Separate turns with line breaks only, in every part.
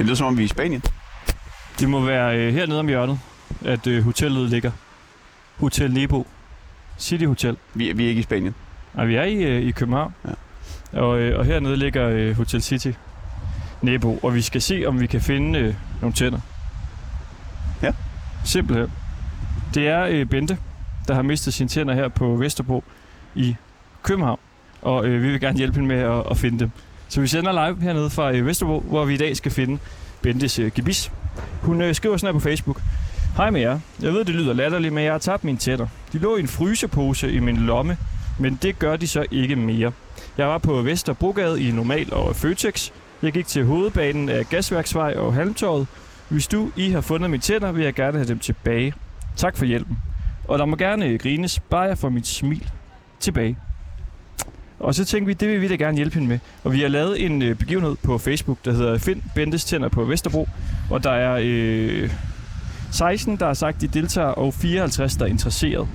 lyder som om, vi er i Spanien.
Det må være øh, hernede om hjørnet, at øh, hotellet ligger. Hotel Nebo. City Hotel.
Vi, er- vi er ikke i Spanien.
Og vi er i, øh, i København. Ja. Og, øh, og hernede ligger øh, Hotel City Nebo. Og vi skal se, om vi kan finde øh, nogle tænder.
Ja.
Simpelthen. Det er øh, Bente, der har mistet sine tænder her på Vesterbro i København. Og øh, vi vil gerne hjælpe hende med at, at finde dem. Så vi sender live hernede fra øh, Vesterbro, hvor vi i dag skal finde Bentes øh, gebis. Hun øh, skriver sådan her på Facebook. Hej med jer. Jeg ved, det lyder latterligt, men jeg har tabt mine tænder. De lå i en frysepose i min lomme, men det gør de så ikke mere. Jeg var på Vesterbrogade i Normal og Føtex. Jeg gik til hovedbanen af Gasværksvej og Halmtorvet. Hvis du I har fundet mine tænder, vil jeg gerne have dem tilbage. Tak for hjælpen. Og der må gerne øh, grines, bare jeg får mit smil tilbage. Og så tænkte vi, det vil vi da gerne hjælpe hende med. Og vi har lavet en øh, begivenhed på Facebook, der hedder Find Bentes Tænder på Vesterbro. Og der er øh, 16, der har sagt, de deltager, og 54, der er interesseret.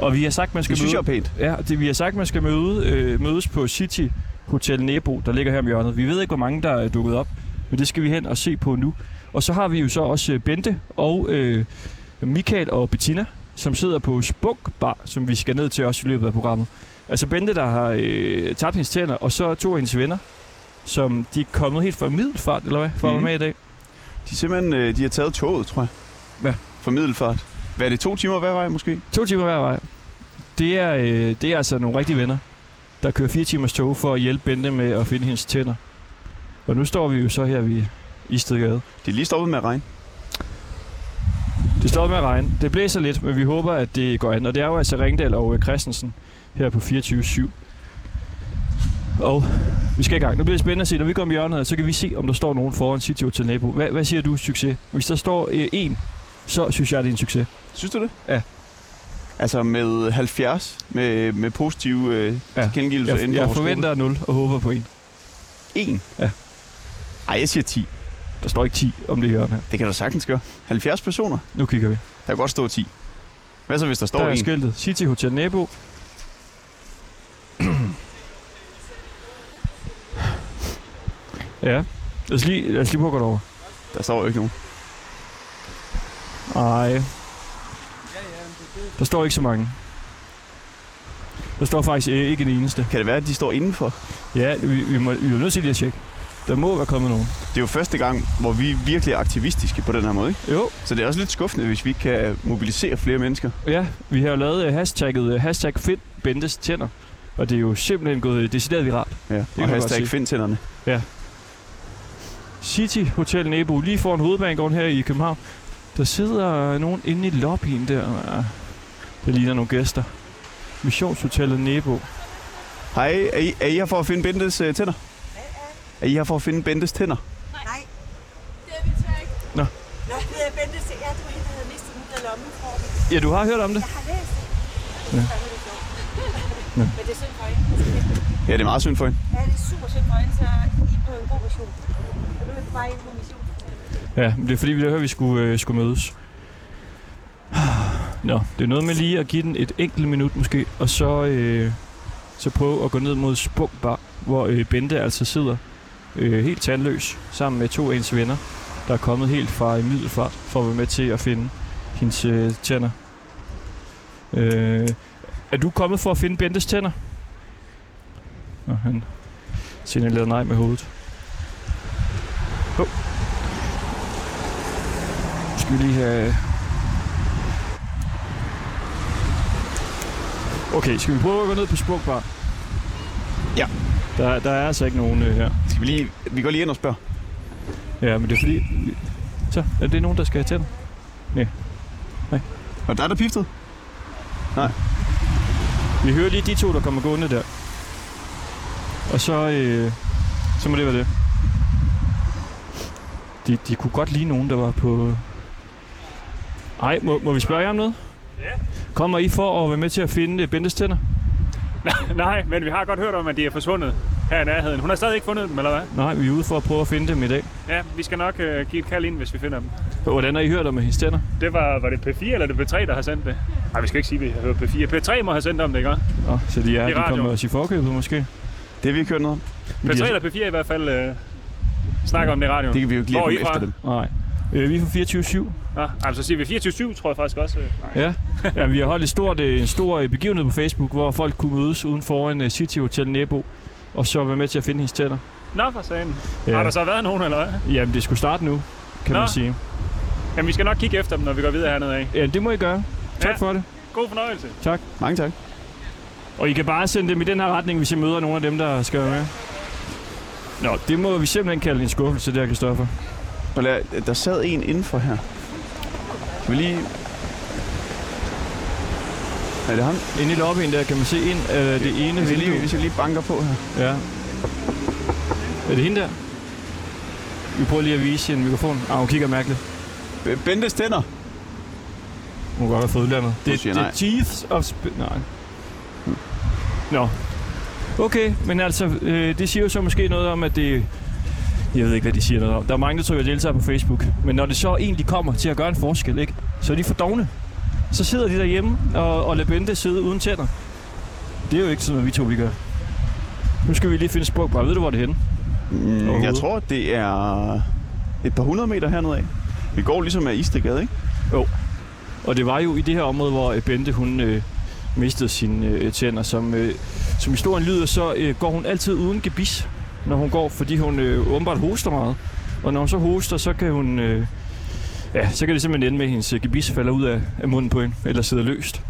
Og vi har sagt, man skal
Det synes
møde...
jeg er pænt.
Ja, det vi har sagt, man skal møde, øh, mødes på City Hotel Nebo, der ligger her om hjørnet. Vi ved ikke, hvor mange der er dukket op, men det skal vi hen og se på nu. Og så har vi jo så også øh, Bente og øh, Michael og Bettina, som sidder på Spunk Bar, som vi skal ned til også i løbet af programmet. Altså Bente, der har øh, tabt hendes tænder, og så to af hendes venner, som de er kommet helt fra middelfart, eller hvad, for at
Mhm.
være med i dag.
De, er simpelthen, øh, de har taget toget, tror jeg.
Ja.
For middelfart. Hvad er det, to timer hver vej måske?
To timer hver vej. Det er, øh, det er altså nogle rigtige venner, der kører fire timers tog for at hjælpe Bente med at finde hendes tænder. Og nu står vi jo så her ved Istedgade.
De er lige stoppet med at regne.
Det står med at regne. Det blæser lidt, men vi håber, at det går an. Og det er jo altså Ringdal og øh, Christensen her på 24-7. Og vi skal i gang. Nu bliver det spændende at se. Når vi går om hjørnet, her, så kan vi se, om der står nogen foran City til nabo. Hvad, hvad siger du, succes? Hvis der står øh, en, så synes jeg, det er en succes.
Synes du det?
Ja.
Altså med 70, med, med positive øh,
Ja.
ja. tilkendegivelser
Jeg,
inden for
jeg
vores
forventer 0 og håber på en.
gruppe. En?
Ja.
Ej, jeg siger 10.
Der står ikke 10 om det hjørne her.
Det kan du sagtens gøre. 70 personer?
Nu kigger vi.
Der kan godt stå 10. Hvad så, hvis der står
Der er
en?
skiltet. City Hotel Nebo. ja. Lad os lige, lad os lige prøve at gå derover.
Der står jo ikke nogen.
Ej. Der står ikke så mange. Der står faktisk øh, ikke en eneste.
Kan det være, at de står indenfor?
Ja, vi, vi, må, vi er jo nødt til lige at tjekke. Der må være kommet nogen.
Det er jo første gang, hvor vi virkelig er aktivistiske på den her måde, ikke?
Jo,
Så det er også lidt skuffende, hvis vi ikke kan mobilisere flere mennesker.
Ja, vi har jo lavet øh, hashtagget øh, hashtag find Bentes tænder. Og det er jo simpelthen gået øh, decideret viralt.
Ja, det
kan
og
man godt
hashtag
sige.
find tænderne.
City Hotel Nebo, lige foran hovedbanegården her i København. Der sidder øh, nogen inde i lobbyen der. Ja, Det ligner nogle gæster. Missionshotellet Nebo.
Hej, er I, er I her for at finde Bentes øh, tænder? Er I her for at finde Bentes tænder?
Nej,
Det er vi så ikke.
Nå, det hedder Bente Se. Ja, det var hende, der havde mistet den der lommekorten.
Ja, du har hørt om det?
Jeg har læst det. Jeg synes, fandme, det er sjovt. Men det er synd for hende.
Ja, det er meget synd for hende.
Ja, det er super synd for hende, så I er på en god mission. Og nu er vi på vej ind på mission.
Ja, men det er fordi, vi hørte, at vi skulle, øh, skulle mødes. Nå, det er noget med lige at give den et enkelt minut måske, og så, øh, så prøve at gå ned mod Spunk Bar, hvor øh, Bente altså sidder øh, helt tandløs sammen med to af ens venner, der er kommet helt fra i middelfart for at være med til at finde hendes øh, tænder. Øh, er du kommet for at finde Bentes tænder? Nå, han signalerede nej med hovedet. Nu skal vi lige have... Okay, skal vi prøve at gå ned på Spunk Bar?
Ja.
Der, der er altså ikke nogen øh, her.
Skal vi lige... Vi går lige ind og spørger.
Ja, men det er fordi... vi- Så, er det nogen, der skal have tænder?
Og der er der piftet.
Vi hører lige de to, der kommer gående der. Og så, øh, så må det være det. De, de kunne godt lide nogen, der var på... Ej, må, må vi spørge jer om noget? Ja. Kommer I for at være med til at finde øh, Bentes tænder?
Nej, men vi har godt hørt om, at de er forsvundet her i nærheden. Hun har stadig ikke fundet dem, eller hvad?
Nej, vi er ude for at prøve at finde dem i dag.
Ja, vi skal nok øh, give et kald ind, hvis vi finder dem.
Hvordan har I hørt om hendes tænder?
Det var, var det P4 eller det P3, der har sendt det? Nej, vi skal ikke sige, at vi har hørt P4. P3 må have sendt om det, ikke? også?
Nå, så de er,
I
de
radio.
kommer os i forkøbet måske.
Det har vi kørt noget om.
Men de
P3
er-
eller P4 i hvert fald øh, Snak om det i radioen.
Det kan vi jo ikke lige
Hvor er I
komme efter
fra?
dem.
Nej. Øh, vi er fra 24-7.
Nå, altså, så siger vi 24-7, tror jeg faktisk også. øh. Nej.
Ja. ja, vi har holdt et stort, øh, en stor øh, begivenhed på Facebook, hvor folk kunne mødes uden foran øh, City Hotel Nebo, og så være med til at finde hendes tænder.
Nå, for sagen.
Ja.
Har der så været nogen, eller hvad?
Jamen, det skulle starte nu, kan Nå.
Nå.
man sige.
Jamen, vi skal nok kigge efter dem, når vi går videre hernede af.
Ja, det må I gøre. Tak
Ja.
for det.
God fornøjelse.
Mange tak.
Og I kan bare sende dem i den her retning, hvis I møder nogle af dem, der skal være med. Nå, det må vi simpelthen kalde en skuffelse, det her, Kristoffer.
Og lad, der sad en indenfor her. Skal vi lige... Er det ham?
Inde i lobbyen der kan man se ind af øh, det ene
Hvis jeg, lige,
vindue.
hvis jeg lige banker på her.
Ja. Er det hende der? Vi prøver lige at vise en mikrofon. Ah, hun kigger mærkeligt.
B- Bentes tænder.
Hun kan godt have fået udlandet.
Hun
Det,
siger
det er
nej.
Chiefs of... Sp- nej. Nå. Okay, men altså, øh, det siger jo så måske noget om, at det... Jeg ved ikke, hvad de siger noget om. Der er mange, der tror, jeg deltager på Facebook. Men når det så egentlig kommer til at gøre en forskel, ikke? så er de for dogne. Så sidder de derhjemme og, og lader Bente sidde uden tænder. Det er jo ikke sådan noget, vi to vi gør. Nu skal vi lige finde sprog bare. Ved du, hvor det er henne?
Mm, jeg
Overhovedet.
tror, det er et par hundrede meter hernede af. Vi går ligesom af Istedgade, ikke?
Og det var jo i det her område, hvor øh, Bente hun øh, mistede sine øh, tænder. Som, øh, som historien lyder, så øh, går hun altid uden gebis, når hun går, fordi hun øh, åbenbart hoster meget. Og når hun så hoster, så kan hun... Øh, ja, så kan det simpelthen ende med, at hendes øh, gebis falder ud af, af munden på hende, eller sidder løst.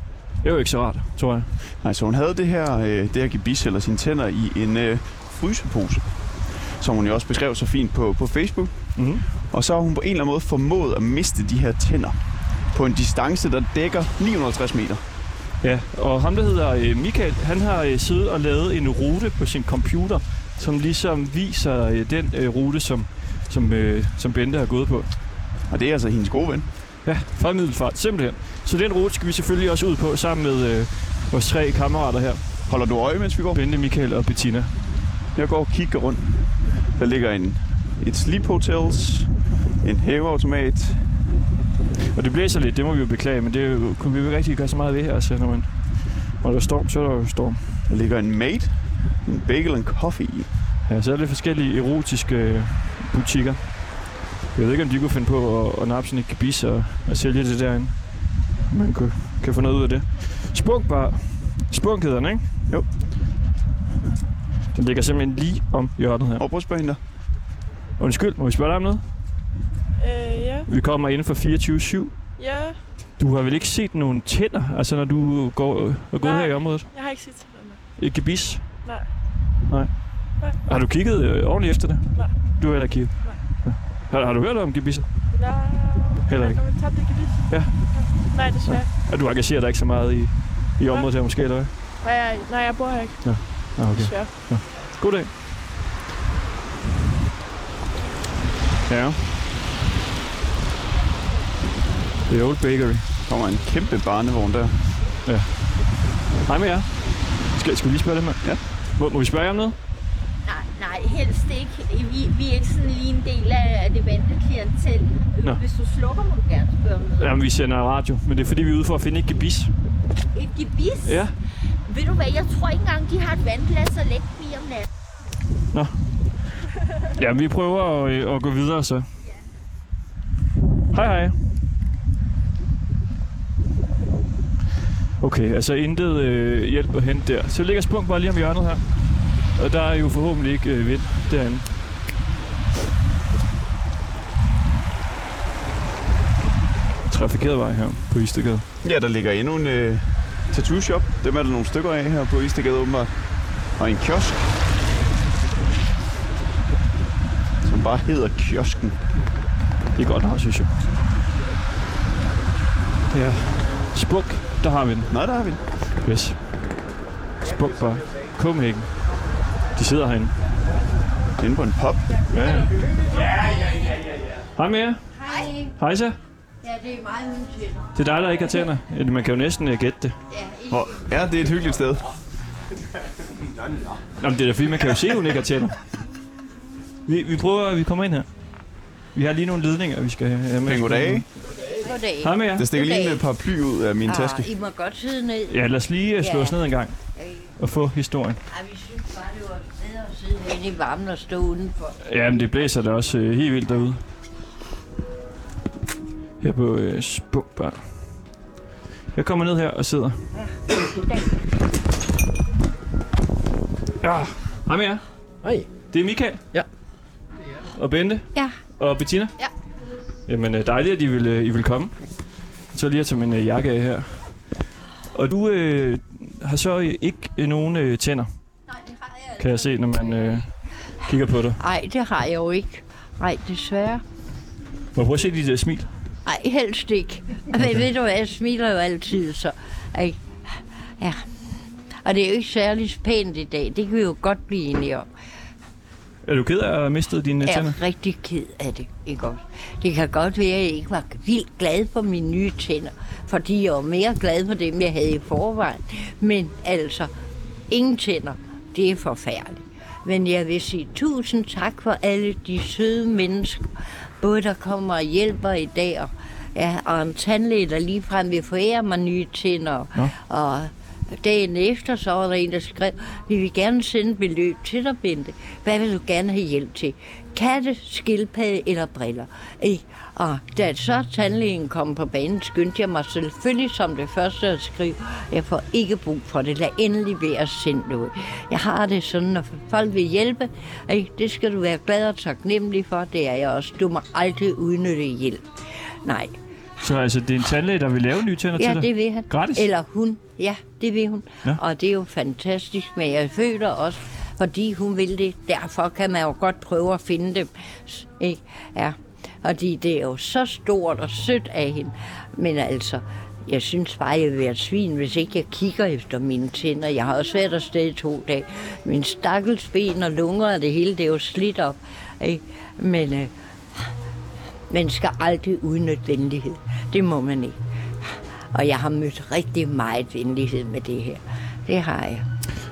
Det er jo ikke så rart, tror jeg.
Nej, så hun havde det her, øh, det her gebis eller sine tænder i en øh, frysepose, som hun jo også beskrev så fint på, på Facebook.
Mm-hmm.
Og så har hun på en eller anden måde formået at miste de her tænder på en distance, der dækker 950 meter.
Ja, og ham der hedder øh, Michael, han har øh, siddet og lavet en rute på sin computer, som ligesom viser øh, den øh, rute, som, som, øh, som Bente har gået på.
Og det er altså hendes gode ven.
Ja, fra Middelfart, simpelthen. Så den rute skal vi selvfølgelig også ud på sammen med øh, vores tre kammerater her.
Holder du øje, mens vi går?
Bente, Michael og Bettina.
Jeg går og kigger rundt. Der ligger en, et sleep hotels, en hæveautomat.
Og det blæser lidt, det må vi jo beklage, men det er jo- kunne vi jo ikke rigtig gøre så meget ved her. Altså, når, man, når der er storm, så er der jo storm.
Der ligger en mate, en bagel og en coffee i.
Ja, så er det forskellige erotiske øh, butikker. Jeg ved ikke, om de kunne finde på at, at nappe sådan et gebis og, og sælge det derinde. Man kunne, kan få noget ud af det. Spunk bare. Spunk hedder den, ikke?
Jo.
Den ligger simpelthen lige om hjørnet her.
Og prøv at spørge hende der.
Undskyld, må vi spørge dig om noget?
Øh, ja.
Vi kommer inden for 24-7.
Ja,
Du har vel ikke set nogen tænder, altså når du går og gået
Nej.
her i området?
jeg har ikke set tænderne.
Et gebis?
Nej.
Nej.
Nej.
Har du kigget øh, ordentligt efter det?
Nej.
Du har heller ikke kigget?
Nej.
Ja. Har, har du hørt om gebisser?
Nej.
Heller ikke.
Har man tabt det gebis?
Ja.
Nej, desværre.
Ja, du engagerer dig ikke så meget i, i området her måske, eller hvad?
Nej, jeg, nej, jeg bor her ikke,
Ah, okay.
desværre.
God dag. Ja. The Old Bakery.
Der kommer en kæmpe barnevogn der.
Hej med jer. Skal, skal vi lige spørge dem her?
Ja.
Må, må vi spørge jer om noget?
Nej, nej, helst ikke. Vi, vi er ikke sådan lige en del af det vante klientel.
Nå.
Hvis du slukker, må du gerne spørge om noget.
Jamen, vi sender radio, men det er fordi, vi er ude for at finde et gebis.
Et gebis?
Ja.
Ved du hvad, jeg tror ikke engang, de har et vandglas at lægge dem i om natten.
Ja, vi prøver at, øh, at gå videre så. Hej hej. Okay, altså intet øh, hjælp at hente der. Så ligger Spunk bare lige om hjørnet her. Og der er jo forhåbentlig ikke øh, vind derinde. Trafikeret vej her på Istegade.
Ja, der ligger endnu en øh, tattoo shop. Dem er der nogle stykker af her på Istegade åbenbart. Og en kiosk. Som bare hedder kiosken.
Det er godt nok, synes jeg. Ja. Spunk, der har vi den.
Nej, der har vi den.
Yes. Spunk bare. Copenhagen. De sidder herinde.
Inde på en pop.
Ja, ja. Hej med jer.
Hej.
Hej så.
Ja, det er meget min tænder.
Det er dig, der ikke har tænder. Eller Man kan jo næsten øh, gætte det.
Ja, ikke.
Hvor er det et hyggeligt sted.
Nå, men det er da fordi, man kan jo se, at hun ikke har tænder. Vi, vi prøver, vi kommer ind her. Vi har lige nogle ledninger, vi skal øh, have med.
Men goddag.
Goddag.
Hej med jer.
Der stikker lige en øh, paraply ud af min taske.
Ah, I må godt sidde ned.
Ja, lad os lige øh, slå
Ja.
os ned en gang
Øh,
og få historien.
Ej, vi synes bare, det var bedre at sidde her.
rigtig varmt at stå udenfor.
Jamen, det blæser da også øh, helt vildt derude. Her på øh, Spumbar. Jeg kommer ned her og sidder. Ja. Hej med jer.
Hej.
Det er Michael.
Ja.
Og Bente.
Ja.
Og Bettina.
Ja.
Jamen, øh, dejligt, at I vil, øh, I vil komme. Så lige at tage min øh, jakke af her. Og du øh, har så øh, ikke øh, nogen øh, tænder,
Nej, det har jeg
kan jeg se, når man øh, kigger på dig.
Ej, det har jeg jo ikke. Nej, desværre.
Må jeg prøve at se dit øh, smil?
Ej, helst ikke. Men ved du hvad, jeg smiler jo altid, så... Ej. Ja. Og det er jo ikke særlig pænt i dag. Det kan vi jo godt blive enige om.
Er du ked af at have mistet dine øh,
Jeg
tænder?
er rigtig ked af det, ikke også? Det kan godt være, at jeg ikke var vildt glad for mine nye tænder, fordi jeg var mere glad for dem, jeg havde i forvejen. Men altså, ingen tænder, det er forfærdeligt. Men jeg vil sige tusind tak for alle de søde mennesker, både der kommer og hjælper i dag, og, ja, og en tandlæge, der ligefrem vil forære mig nye tænder,
Nå.
ja. og dagen efter, så var der en, der skrev, vi vil gerne sende et beløb til dig, Bente. Hvad vil du gerne have hjælp til? Katte, skildpadde eller briller? Ikke? Og da så tandlægen kom på banen, skyndte jeg mig selvfølgelig som det første at skrive, jeg får ikke brug for det, lad endelig være at sende noget. Jeg har det sådan, når folk vil hjælpe, ikke? det skal du være glad og taknemmelig for, det er jeg også. Du må aldrig udnytte hjælp. Nej,
Så altså, det er en tandlæge, der vil lave nye tænder til
Ja,
dig?
det vil han.
Gratis?
Eller hun. Ja, det vil hun.
Ja.
Ja. Og det er jo fantastisk, men jeg føler også, fordi hun vil det. Derfor kan man jo godt prøve at finde dem. S- Ikke? Ja. Fordi det er jo så stort og sødt af hende. Men altså, jeg synes bare, jeg vil være et svin, hvis ikke jeg kigger efter mine tænder. Jeg har også været afsted i to dage. Min stakkels ben og lunger og det hele, det er jo slidt op. Ikke? Men øh, man skal aldrig udnytte venlighed. Det må man ikke. Og jeg har mødt rigtig meget venlighed med det her. Det har jeg.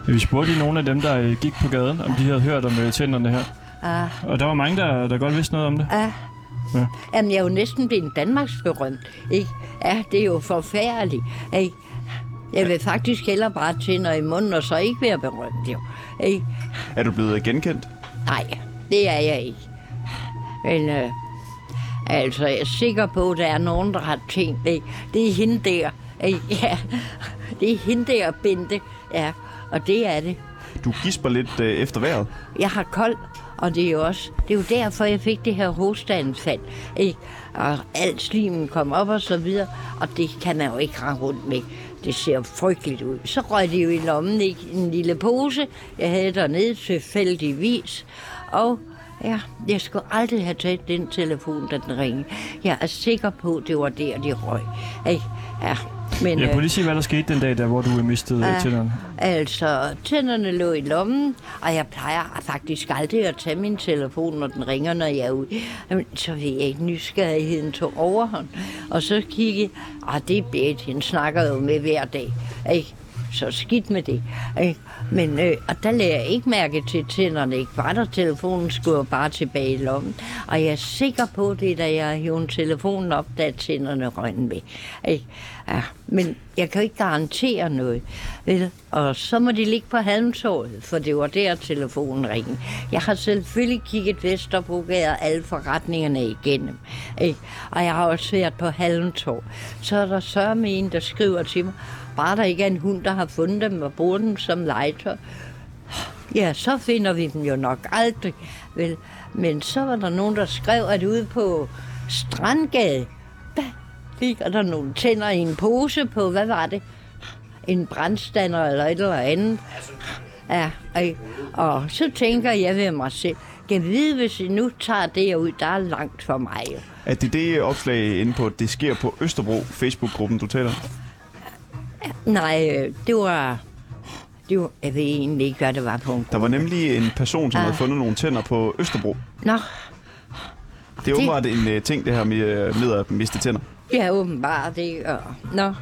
Vi spurgte lige nogle af dem, der øh, gik på gaden, om de havde hørt om øh, tænderne her.
Ah,
Og der var mange, der, der godt vidste noget om det.
ah.
Ja.
Ja. Jamen, jeg er jo næsten blevet Danmarksberømt, ikke? Ja, det er jo forfærdeligt, ikke? Jeg vil faktisk hellere bare tænder i munden, og så ikke være berømt, jo. Ikke?
Er du blevet genkendt?
Nej, det er jeg ikke. Men øh, altså, jeg er sikker på, at der er nogen, der har tænkt, det, det er hende der. Ikke? Ja, det er hende der, Bente. Ja, og det er det.
Du gisper lidt øh, efter vejret.
Jeg har kold, og det er jo også, det er jo derfor, jeg fik det her hosteanfald, ikke? Og alt slimen kom op og så videre, og det kan man jo ikke rende rundt med. Det ser frygteligt ud. Så røg det jo i lommen i en lille pose, jeg havde dernede tilfældigvis, og Ja, jeg skulle aldrig have taget den telefon, da den ringede. Jeg er sikker på, det var der, de røg. Ikke? Ja, men,
Jeg
øh,
kunne lige se, hvad der skete den dag, der, hvor du øh, mistede
Ja.
øh, tænderne.
Altså, tænderne lå i lommen, og jeg plejer faktisk aldrig at tage min telefon, når den ringer, når jeg er ude. Jamen, så ved jeg ikke, nysgerrigheden tog overhånd. Og så kiggede, og det er Berit, hende snakker jeg jo med hver dag, ikke? Så skidt med det. Ikke? Men øh, og der lagde jeg ikke mærke til tænderne, ikke var der. Telefonen skulle jo bare tilbage i lommen. Og jeg er sikker på det, da jeg hævde telefonen op, da tænderne røg med. Ikke? Ja, men jeg kan jo ikke garantere noget. Vel? Og så må de ligge på halmtåret, for det var der, telefonen ringede. Jeg har selvfølgelig kigget Vesterbrogade og alle forretningerne igennem. Ikke? Og jeg har også været på halmtåret. Så er der sørme en, der skriver til mig, bare der ikke er en hund, der har fundet dem og bruger dem som legetøj. Ja, så finder vi dem jo nok aldrig. Vel? Men så var der nogen, der skrev, at ude på Strandgade, der ligger der nogle tænder i en pose på, hvad var det? En brandstander eller et eller andet. Ja, ikke? og så tænker jeg ved mig selv, kan vide, hvis jeg nu tager det ud, der er langt for mig. Jo.
Er det det opslag inde på, det sker på Østerbro, Facebook-gruppen, du taler? om?
Nej, øh, det var... Det var, jeg ved egentlig ikke, hvad det var på en
Der var nemlig en person, som
Ah.
havde fundet nogle tænder på Østerbro.
Nå,
Det er
Det-
åbenbart en øh, ting, det her med, øh, med at miste tænder.
Ja, åbenbart det. Og, nå,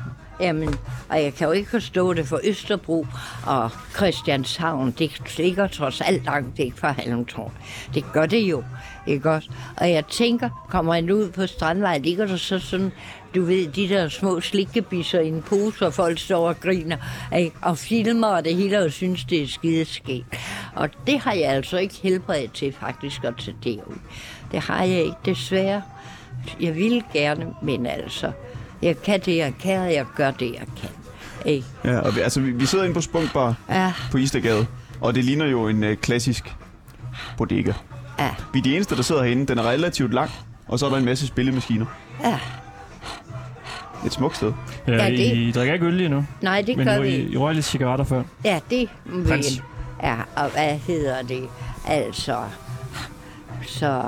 jamen, og jeg kan jo ikke forstå det for Østerbro og Christianshavn. Det ligger trods alt langt væk fra Halmtorv. Det gør det jo, ikke også? Og jeg tænker, kommer han ud på Strandvej, ligger der så sådan, du ved, de der små slikkebisser i en pose, og folk står og griner ikke? og filmer, og det hele og synes, det er skideskægt. Og det har jeg altså ikke helbred til faktisk at tage derud. Det har jeg ikke, desværre. Jeg ville gerne, men altså, jeg kan det, jeg kan, og jeg gør det, jeg kan. Ikke? Ah,
Ja, og vi, altså, vi, vi sidder inde på Spunkbar
Ja,
på Istergade, og det ligner jo en øh, klassisk bodega.
ja,
Vi er de eneste, der sidder herinde. Den er relativt lang, og så er der en masse spillemaskiner.
ja.
Et smukt sted.
Ja,
Ja, det-
I, I drikker ikke øl lige nu,
Nej, det
men
gør
I,
vi
I røg lidt cigaretter før.
Ja, det vil
Prins.
Ja, og hvad hedder det? Altså, så...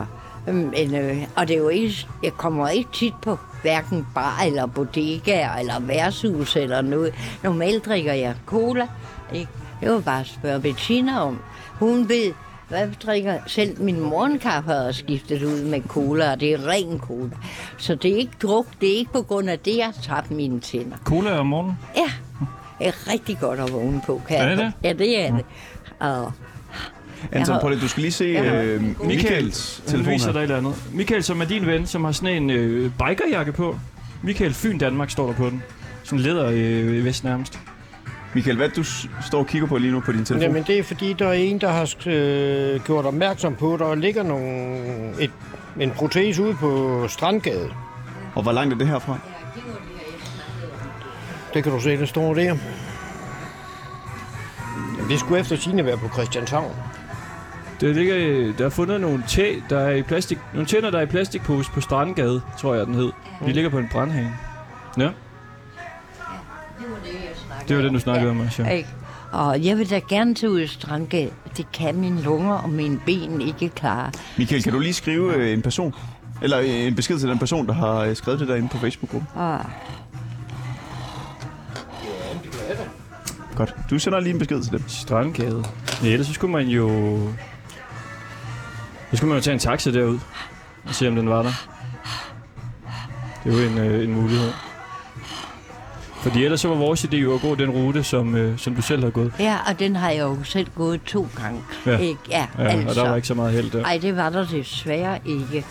Men, øh, og det er jo ikke, jeg kommer ikke tit på hverken bar eller bodegaer eller værtshus eller noget. Normalt drikker jeg cola. Ikke? Jeg vil bare spørge Bettina om. Hun ved, hvad drikker selv min morgenkaffe har jeg skiftet ud med cola, og det er ren cola. Så det er ikke druk, det er ikke på grund af det, jeg har tabt mine tænder.
Cola om morgenen?
Ja, det er rigtig godt at vågne på, kan
Er
jeg
det Mm.
godt- Ja, det er det. Og
Anton,
har-
prøv lige, du skal lige se
Jeg har-
øh, Michaels
Han
telefon
viser dig
her.
et eller andet. Michael, som er din ven, som har sådan en øh, bikerjakke på. Michael Fyn Danmark står der på den. Sådan en læder øh, vest nærmest.
Michael, hvad du s- står og kigger på lige nu på din telefon?
Jamen det er fordi, der er en, der har sk- øh, gjort opmærksom på, at der ligger nogle, et, en protese ude på Strandgade.
Og hvor langt er det herfra?
Det kan du se, det står der. Jamen, det skulle efter sine være på Christianshavn.
Der, ligger, øh, der er fundet nogle, tæ, der er i plastik, nogle tænder, der er i plastikpose på Strandgade, tror jeg, den hed. De ligger på en brandhane. Ja, det var det, du snakkede om, Asja.
Ikke? Og jeg vil da gerne tage ud i Strandgade. Det kan mine lunger og mine ben ikke klare.
Michael, kan du lige skrive øh, en person? Eller øh, en besked til den person, der har øh, skrevet det derinde på Facebook-gruppen?
Og
Godt. Du sender lige en besked til dem.
Strandgade. Ja, ellers så skulle man jo... Så skulle man jo tage en taxa derud og se, om den var der. Det er jo en, øh, en mulighed. Fordi ellers så var vores idé jo at gå den rute, som, øh, som du selv har gået.
ja, og den har jeg jo selv gået to gange.
Ja.
Ikke? Ja,
Ja, altså. Og der var ikke så meget held der.
Ej, det var der desværre ikke.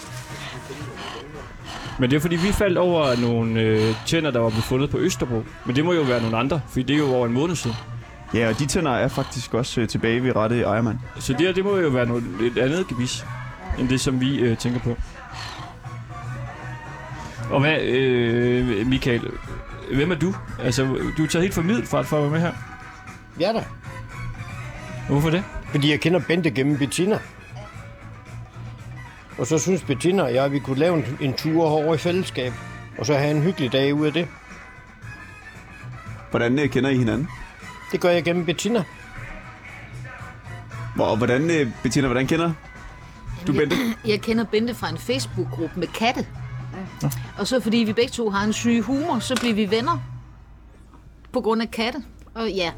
Men det er fordi, vi faldt over nogle øh, tænder, der var blevet fundet på Østerbro. Men det må jo være nogle andre, fordi det er jo over en måned siden.
Ja, og de tænder er faktisk også øh, tilbage ved rette ejermand.
Så det her, det må jo være noget, et andet gebis, end det, som vi øh, tænker på. Og hvad, øh, Michael, hvem er du? Altså, du er taget helt fra middelfart for at være med her.
Ja da.
Hvorfor det?
Fordi jeg kender Bente gennem Bettina. Og så synes Bettina og jeg, at vi kunne lave en, en tur over i fællesskab. Og så have en hyggelig dag ud af det.
Hvordan øh, kender I hinanden?
Det gør jeg gennem Bettina.
Hvor- Og hvordan, øh, Bettina, hvordan kender du Bente?
Jeg kender Bente fra en Facebook-gruppe med katte. Og så fordi vi begge to har en syg humor, så bliver vi venner. På grund af katte. Og ja,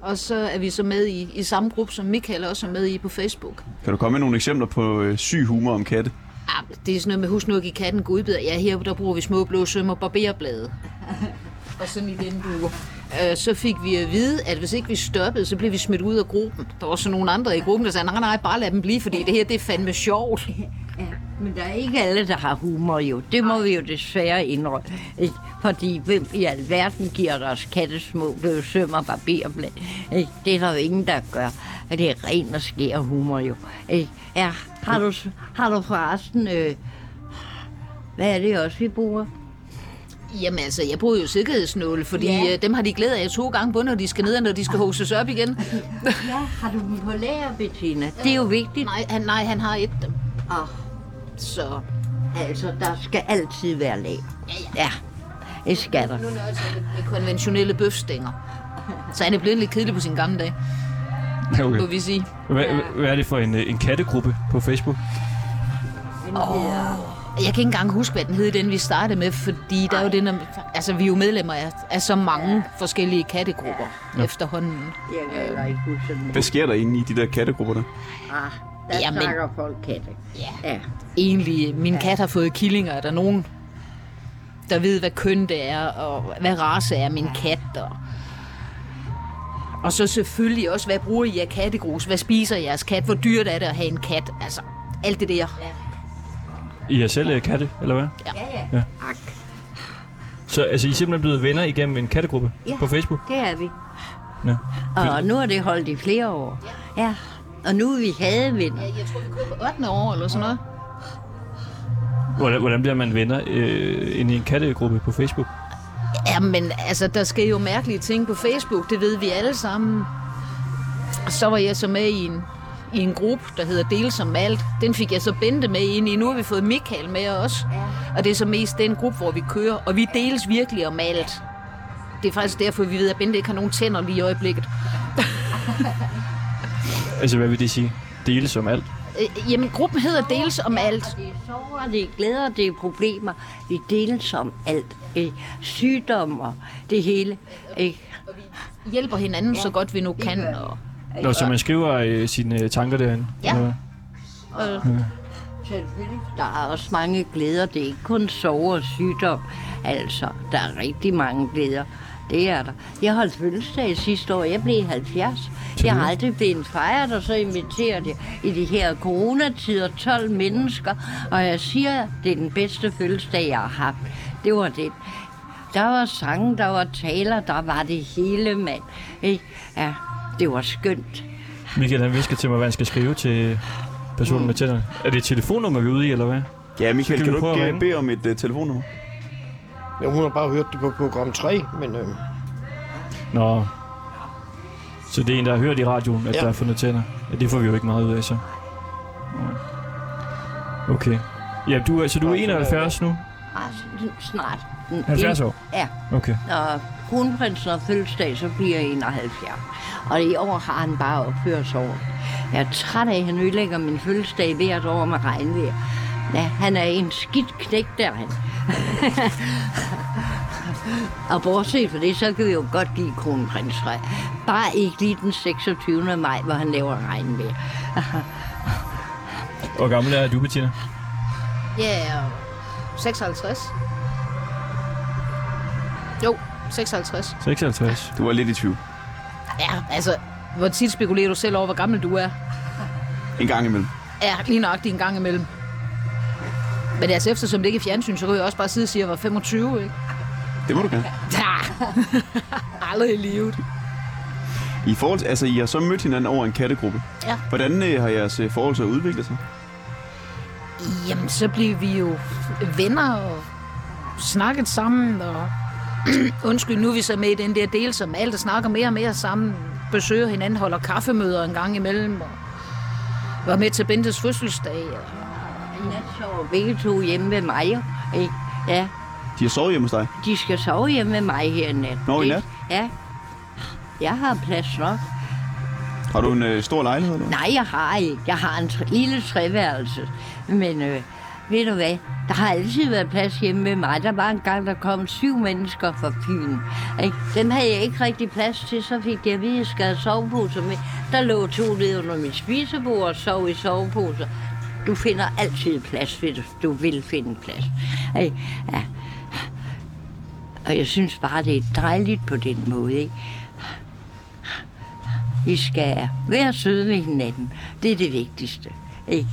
og så er vi så med i, i samme gruppe, som Michael også er med i på Facebook.
Kan du komme med nogle eksempler på øh, syg humor om katte?
Ah, det er sådan noget med, husk nu at give katten godbidder. Ja, her der bruger vi små blå søm og barberblade. og sådan i den duer. Øh, Så fik vi at vide, at hvis ikke vi stoppede, så blev vi smidt ud af gruppen. Der var så nogle andre i gruppen, der sagde, nej, nej, bare lad dem blive, fordi det her, det er fandme sjovt.
Men der er ikke alle, der har humor jo. Det må vi jo desværre indrømme. Ikke? Fordi hvem i alverden giver deres katte små bløde søm og barberblad? Ikke? Det er der jo ingen, der gør. Og Det er ren og skær humor jo. Ikke? Ja, har du, har du forresten... Øh, hvad er det også, vi bruger?
Jamen altså, jeg bruger jo sikkerhedsnåle, fordi ja. dem har de glæde af to gange, både når de skal ned og når de skal hoses op igen.
Ja, har du dem på lager, Bettina? Det er jo vigtigt.
Nej, han, nej, han har et dem.
Og,
Så
altså, der skal altid være lager. Ja, det skal der.
nu er det med konventionelle bøfstænger. Så han er blevet lidt kedelig på sin gamle dag,
Okay.
må vi sige.
Hvad, hvad er det for en, øh, en kattegruppe på Facebook?
Jeg kan ikke engang huske, hvad den hed, den vi startede med, fordi der er jo det, når, altså, vi er jo medlemmer af, af så mange forskellige kattegrupper ja. efterhånden.
Jeg kan heller ikke huske sådan
Hvad sker der inde i de der kattegrupper der?
Ah, der
Jamen.
Jamen. snakker folk katte. Ja. ja.
Egentlig, min kat har fået killinger, er der nogen, der ved, hvad køn det er, og hvad race er min kat, og, og så selvfølgelig også, hvad bruger I af kattegrus, hvad spiser jeres kat, hvor dyrt er det at have en kat, altså alt det der.
I er selv øh, katte, eller hvad?
Ak,
Så altså, I er simpelthen blevet venner igennem en kattegruppe
Ja.
på Facebook?
det er vi.
Ja.
Og nu har det holdt i flere år. Ja. Og nu er vi hadevind.
Ja, jeg tror, vi kunne på 8. år eller sådan noget.
Hvordan, hvordan bliver man venner øh, ind i en kattegruppe på Facebook?
Jamen, altså, der sker jo mærkelige ting på Facebook, det ved vi alle sammen. Så var jeg så med i en, i en gruppe, der hedder Del som alt. Den fik jeg så Bente med ind i. Nu har vi fået Michael med os. Og det er så mest den gruppe, hvor vi kører. Og vi deles virkelig om alt. Det er faktisk derfor, vi ved, at Bente ikke har nogen tænder lige i øjeblikket.
Altså, hvad vil det sige? Dele som alt.
Øh, jamen, gruppen hedder Deles om alt.
Det er sorger, det er glæder, det er problemer. Vi deles om alt. Ikke? Sygdommer, det hele. Ikke?
Hjælper hinanden så godt vi nu kan. Og,
Nå, så man skriver øh, sine øh, tanker derinde?
Ja.
eller hvad?
og
Selvfølgelig. Der er også mange glæder. Det er ikke kun sorg og sygdom. Altså, der er rigtig mange glæder. Det er der. Jeg holdt fødselsdag sidste år. Jeg blev 70. Jeg har aldrig blevet fejret, og så inviterer jeg i de her coronatider 12 mennesker. Og jeg siger, det er den bedste fødselsdag, jeg har haft. Det var det. Der var sange, der var taler, der var det hele, mand. Ikke? Ja, det var skønt.
Michael, han visker til mig, hvad han skal skrive til personen med tænderne. Er det et telefonnummer, vi er ude i, eller hvad?
Ja, Michael,
Skal
kan
vi
du
prøve
ikke
at
øh,
ringe?
bede om et uh, telefonnummer?
Ja, hun har bare hørt det på program 3, men øh,
Nå. Så det er en, der har hørt i radioen, at ja.
Ja.
der er fundet tænder. Ja, det får vi jo ikke meget ud af, så. Nej. Okay. Ja, du, er- så du er 71 nu?
Altså, snart.
70 år?
Ja.
Okay.
når kronprinsen har fødselsdag, så bliver jeg 71. Og i år har han bare opførsår. Jeg er træt af, at han ødelægger min fødselsdag hvert år med regnvejr. Ja, han er en skidt knæk, der er han. og bortset fra det, så kan vi jo godt give kronprinsen. Bare ikke lige den 26. maj, hvor han laver regnvejr.
Hvor gammel er du, Bettina?
Ja, 56. Jo, 56.
56.
Du var lidt i tvivl.
Ja, altså, hvor tit spekulerer du selv over, hvor gammel du er?
En gang imellem.
Ja, lige nok en gang imellem. Men altså, eftersom det ikke er fjernsyn, så kan jeg også bare sidde og sige, at jeg var 25, ikke?
Det må du gerne.
Ja. Aldrig i livet.
I forhold til, altså, I har så mødt hinanden over en kattegruppe.
Ja.
Hvordan øh, har jeres øh, forhold så udviklet sig?
Jamen, så blev vi jo venner og snakket sammen, og undskyld, nu er vi så med i den der del, som alt der snakker mere og mere sammen, besøger hinanden, holder kaffemøder en gang imellem, og var med til Bentes fødselsdag. Og...
I nat sover begge to hjemme ved mig, ikke? Ja,
De har sovet hjemme hos dig.
De skal sove hjemme med mig her i nat.
Nå, i
Det-
nat?
Ja. Jeg har plads nok.
Har du en øh, stor lejlighed? Eller? hvad?
Nej, jeg har ikke. Jeg har en tre, lille treværelse. Men øh, ved du hvad? Der har altid været plads hjemme med mig. Der var en gang, der kom syv mennesker fra Fyn. Ikke? Dem havde jeg ikke rigtig plads til, så fik jeg at vide, at jeg skal have soveposer med. Der lå to nede under mit spisebord og sov i soveposer. Du finder altid plads, hvis du vil finde plads. Ikke? Ja. Og jeg synes bare, det er dejligt på den måde. Ikke? Vi skal være søde ved hinanden. Det er det vigtigste. Ikke?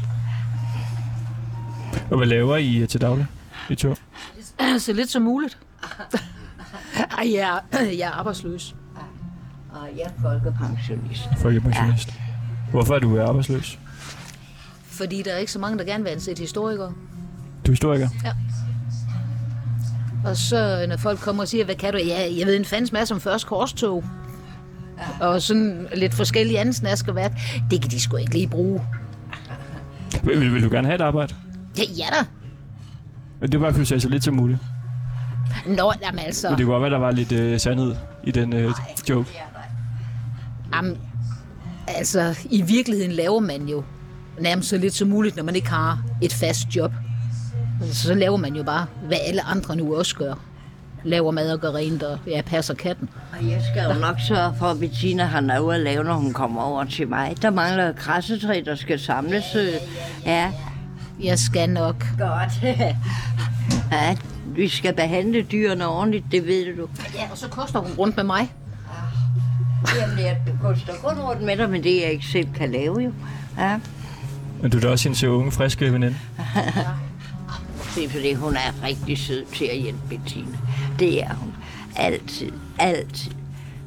Og hvad laver I øh, til daglig? I to?
Så lidt som muligt. Ej, jeg er, jeg er arbejdsløs.
Og jeg er folkepensionist.
Folkepensionist. Hvorfor er du øh, arbejdsløs?
Fordi der er ikke så mange, der gerne vil ansætte historikere.
Du er historiker.
Og så når folk kommer og siger, hvad kan du? Ja, jeg ved en fandens masse om først korstog. Og sådan lidt forskellige anden snaskerværk. Det kan de sgu ikke lige bruge.
Vil, vil, vil du gerne have et arbejde?
Ja, ja da.
Det var i hvert fald så lidt som muligt.
Nå, jamen altså.
Men det kunne godt være, der var lidt øh, sandhed i den øh, joke.
Jamen, altså, i virkeligheden laver man jo nærmest så lidt som muligt, når man ikke har et fast job. Altså, så laver man jo bare, hvad alle andre nu også gør. Laver mad og gør rent og ja, passer katten.
Og jeg skal jo nok sørge for, at Bettina har noget at lave, når hun kommer over til mig. Der mangler krassetræ, der skal samles. øh. Ja,
Jeg skal nok.
godt. ja, vi skal behandle dyrene ordentligt, det ved du.
Ja, og så koster hun rundt med mig.
Jamen, jeg koster kun rundt med dig, men det jeg ikke selv kan lave jo. Ja,
Men du er da også en så unge, friske veninde.
det er fordi, hun er rigtig sød til at hjælpe Bettina. Det er hun. Altid, altid.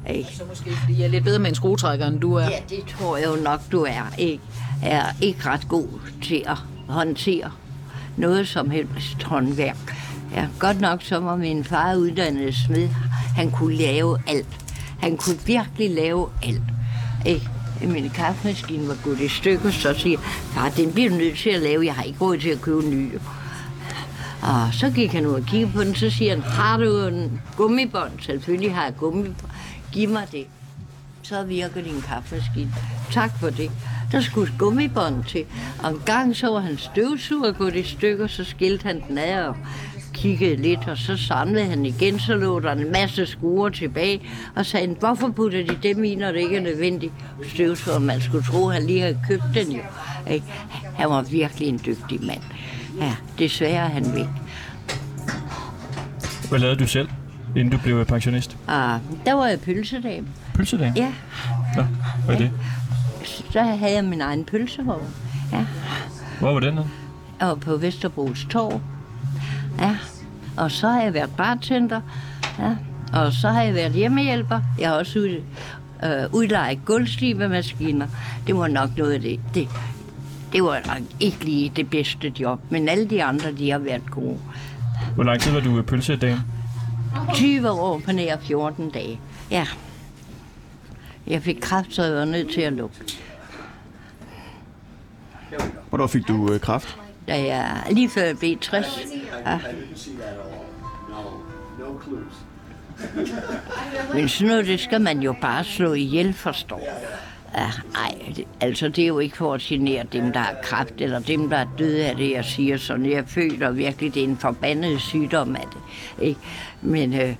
Ikke?
Så måske fordi jeg er lidt bedre med en skruetrækker, end du er.
Ja, det tror jeg jo nok, du er. Ikke? er ikke ret god til at håndtere noget som helst håndværk. Ja, godt nok så var min far uddannet smed. Han kunne lave alt. Han kunne virkelig lave alt. Ikke? Min kaffemaskine var gået i stykker, så siger jeg, far, den bliver du nødt til at lave. Jeg har ikke råd til at købe en ny. Og så gik han ud og kiggede på den, så siger han, har du en gummibånd? Selvfølgelig har jeg gummibånd. Giv mig det så virker din kaffemaskine. Tak for det. Der skulle et gummibånd til. Og en gang så var han støvsuger gået i stykker, så skilte han den af og kiggede lidt, og så samlede han igen, så lå der en masse skruer tilbage, og sagde, han, hvorfor putter de dem i, når det ikke er nødvendigt? Støvsuger, man skulle tro, han lige havde købt den jo. Ikke? Han var virkelig en dygtig mand. Ja, desværre er han væk.
Hvad lavede du selv, inden du blev pensionist?
Og der var jeg pølsedame.
Pølsedame?
Ja,
Nå, hvad er det?
så havde jeg min egen pølsevogn. Ja.
Hvor var den her?
og på Vesterbros Torv. Ja, og så har jeg været bartender. Ja, og så har jeg været hjemmehjælper. Jeg har også ud, øh, udlejet gulvslibemaskiner. Det var nok noget af det. det. Det var nok ikke lige det bedste job, men alle de andre, de har været gode.
Hvor lang tid var du øh, pølsedame?
20 år på nær 14 dage. Ja. Jeg fik kræft, så jeg var nødt til at lukke.
Hvornår fik du øh, kraft?
Da jeg lige før jeg blev 60. Ja. Men sådan noget, det skal man jo bare slå ihjel, forstår. Ja, ej, det- altså det er jo ikke for at genere dem, der har kræft, eller dem, der er døde af det, jeg siger sådan. Jeg føler virkelig, det er en forbandet sygdom af det. Ikke? Men øh,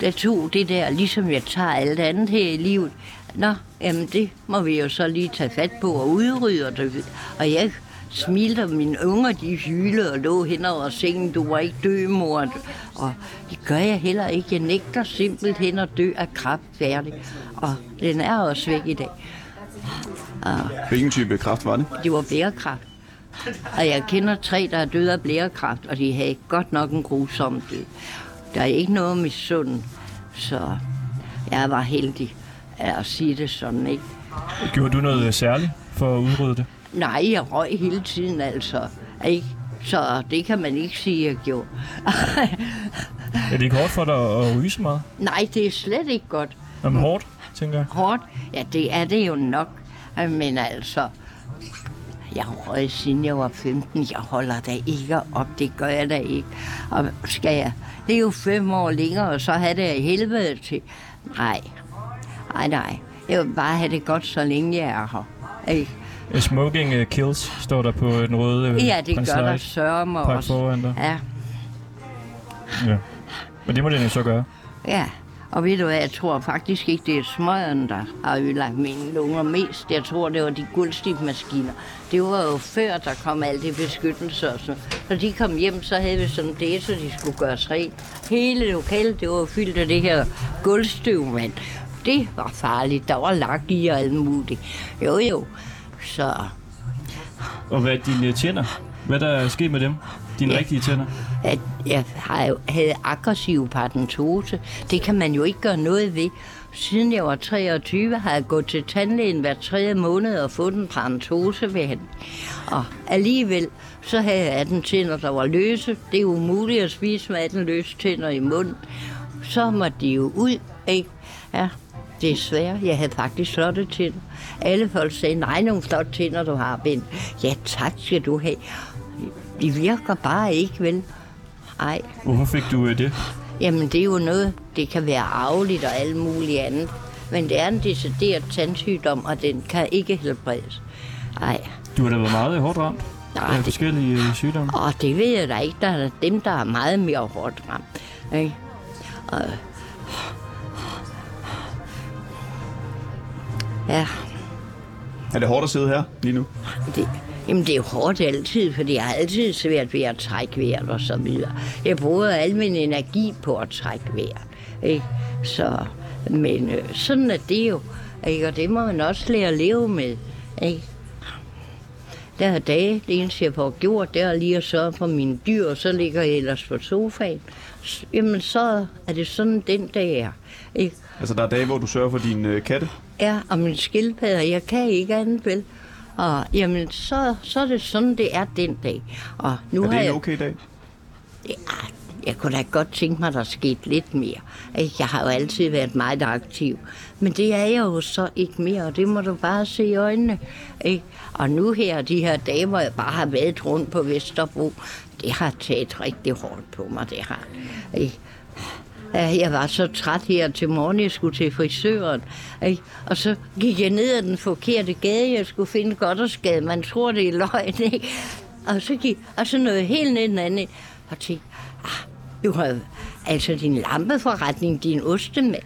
der tog det der, ligesom jeg tager alt andet her i livet. Nå, jamen det må vi jo så lige tage fat på og udrydde det. Og jeg smilte, og mine unger de hylede og lå hen over sengen. Du var ikke dø, mor. Og det gør jeg heller ikke. Jeg nægter simpelthen at dø af kræft færdig. Og den er også væk i dag.
Hvilken type øh, kraft var det?
Det var blærekræft. Og jeg kender tre, der er døde af blærekræft, og de havde godt nok en grusom død. Der er ikke noget med sunden, så jeg var heldig af at sige det sådan, ikke?
Gjorde du noget øh, særligt for at udrydde det?
Nej, jeg røg hele tiden altså, ikke? Så det kan man ikke sige, jeg gjorde.
Er det ikke hårdt for dig at at ryge så meget?
Nej, det er slet ikke godt.
Jamen hårdt, tænker jeg.
Hårdt, ja, det er det jo nok. Men altså, jeg har røget siden jeg var 15. Jeg holder da ikke op, det gør jeg da ikke. Og skal jeg leve fem år længere, og så have det af helvede til? Nej, nej, nej. Jeg vil bare have det godt, så længe jeg er her. Ikke?
Øh, Smoking øh, kills står der på øh, den røde øh,
Ja, det
prins
gør der
Lars
sørge mig
Park
også.
foran dig.
Ja,
Ja. Men det må den jo så gøre.
ja. Og ved du hvad, jeg tror faktisk ikke, det er smøgeren, der har ødelagt mine lunger mest. Jeg tror, det var de guldstibmaskiner. Det var jo før, der kom alt det beskyttelse og sådan Når de kom hjem, så havde vi sådan det, så de skulle gøres rent. Hele lokalet, det var fyldt af det her guldstøv, mand. Det var farligt. Der var lak i og alt muligt. Jo, jo. Så
Og hvad er dine øh, tænder? Hvad der er sket med dem? Dine
Ja.
rigtige tænder?
at jeg har jo, havde aggressiv parentose. Det kan man jo ikke gøre noget ved. Siden jeg var 23, har jeg gået til tandlægen hver tredje måned og fået en parentose ved hende. Og alligevel, så havde jeg 18 tænder, der var løse. Det er umuligt at spise med 18 løse tænder i munden. Så måtte de jo ud, ikke? Ja, desværre. Jeg havde faktisk flotte tænder. Alle folk sagde, nej, nogle flotte tænder, du har, Ben. Ja, tak skal du have. De virker bare ikke, vel? Ej,
Hvorfor fik du øh, det?
jamen det er jo noget, det kan være arveligt og alt muligt andet. Men det er en decideret tandsygdom, og den kan ikke helbredes. Ej,
Du har da været meget øh, hårdt ramt
nej,
af
det,
forskellige øh, sygdomme.
og det ved jeg da ikke. Der er dem, der er meget mere hårdt ramt. Ikke? Og, ja,
Er det hårdt at sidde her lige nu?
det, jamen det er jo hårdt altid, for det er altid svært ved at trække vejret og så videre. Jeg bruger al min energi på at trække vejret. Ikke? Så, men øh, sådan er det jo, ikke? og det må man også lære at leve med. Ikke? Der er dage, det eneste jeg får gjort, det er lige at sørge for mine dyr, og så ligger jeg ellers på sofaen. S- Jamen, så er det sådan, den dag er. Ikke?
Altså, der er dage, hvor du sørger for dine øh, katte.
Ja, og min skildpadder, jeg kan ikke andet vel. Og jamen, så, så er det sådan, det er den dag. Og nu
Er
har
det
jeg...
en okay dag?
Ja, jeg kunne da godt tænke mig, at der skete lidt mere. Ikke? Jeg har jo altid været meget aktiv. Men det er jeg jo så ikke mere, og det må du bare se i øjnene. Ikke? Og nu her, de her dage, hvor jeg bare har været rundt på Vesterbro, det har taget rigtig hårdt på mig, det har. Ikke? Ja, Jeg var så træt her til morgen, jeg skulle til frisøren. Ikke? Og så gik jeg ned ad den forkerte gade, jeg skulle finde Goddersgade. Man tror, det er løgn, ikke? Og så, gik, og så noget helt ned den anden, og tænkte, ah, du har altså din lampeforretning, din ostemand,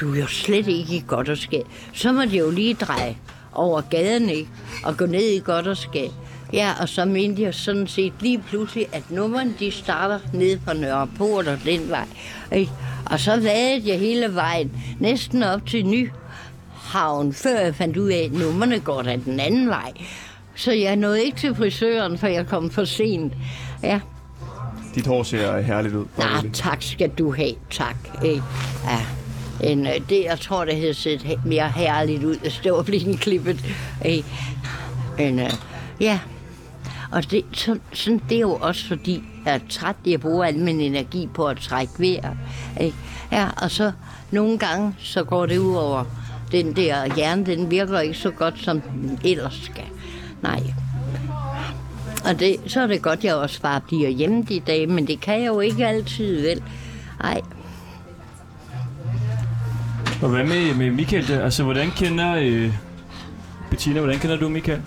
du er jo slet ikke i Goddersgade. Så må det jo lige dreje over gaden, ikke? Og gå ned i Goddersgade. Ja, og så mente jeg sådan set lige pludselig, at nummeren de starter ned fra Nørreport og den vej. Ikke? Og så vadede jeg hele vejen, næsten op til Nyhavn, før jeg fandt ud af, at nummerne går da den anden vej. Så jeg nåede ikke til frisøren, for jeg kom for sent. Ja,
Dit hår ser øh, herligt ud. bare
Nej,
rolig.
tak skal du have, tak. Ikke? Ja. En, øh, det, jeg tror, det havde set he- mere herligt ud, hvis det var blevet klippet. Ikke? Men, øh, ja, og det, så, sådan, det er jo også fordi, jeg er træt, jeg bruger al min energi på at trække vejret. Ikke? Ja, og så nogle gange, så går det ud over den der hjerne, den virker ikke så godt, som den ellers skal. Nej, og det, så er det godt, jeg også bare bliver hjemme de dage, men det kan jeg jo ikke altid, vel? Ej,
Og hvad med, med Michael? der? Altså, hvordan kender... Øh, Bettina, hvordan kender du Michael?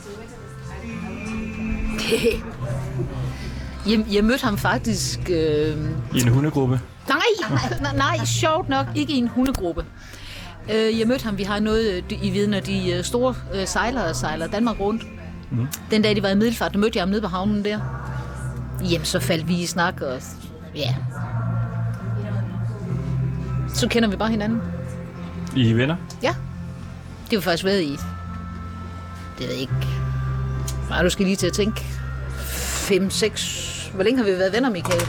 Jeg, jeg mødte ham faktisk... Øh,
I en hundegruppe.
Nej, nej, nej, sjovt nok, ikke i en hundegruppe. Øh, Jeg mødte ham, vi har noget, øh, I ved, når de øh, store øh, sejlere sejler Danmark rundt. Mm. Den dag, de var i Middelfart, der mødte jeg ham nede på havnen der. Jamen, så faldt vi i snak, og ja. Så kender vi bare hinanden.
I er venner.
Det har vi faktisk været i, det ved jeg ikke, nej, du skal lige til at tænke, 5, 6, hvor længe har vi været venner, Michael?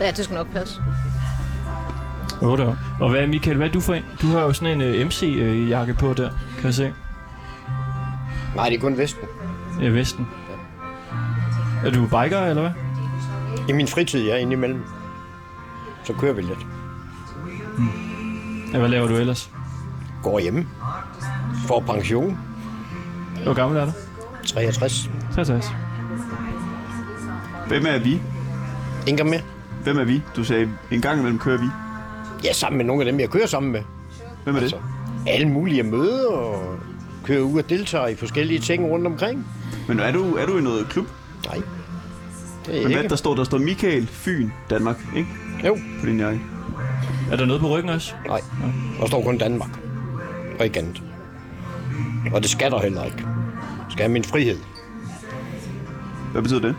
Ja, det skulle nok passe.
8 år. Og hvad, Michael, hvad er du for en? Du har jo sådan en øh, MC-jakke på der, kan jeg se.
Nej, det er kun Vesten.
Ja, Vesten. Er du biker, eller hvad?
I min fritid, jeg er indimellem. Så kører vi lidt.
Ja, hvad laver du ellers?
Går hjemme. Får pension.
Hvor gammel er du?
63.
63.
Hvem er vi?
Inger med.
Hvem er vi? Du sagde, en gang imellem kører vi.
Ja, sammen med nogle af dem, jeg kører sammen med.
Hvem er det?
Altså, alle mulige møder og kører ud og deltager i forskellige ting rundt omkring.
Men er du, er du i noget klub?
Nej. Det er
Men
ikke.
hvad der står? Der står Michael Fyn, Danmark, ikke?
Jo.
På din jakke.
Er der noget på ryggen også?
Nej. Der står kun Danmark. Og ikke andet. Og det skal der heller ikke. Jeg skal have min frihed.
Hvad betyder det?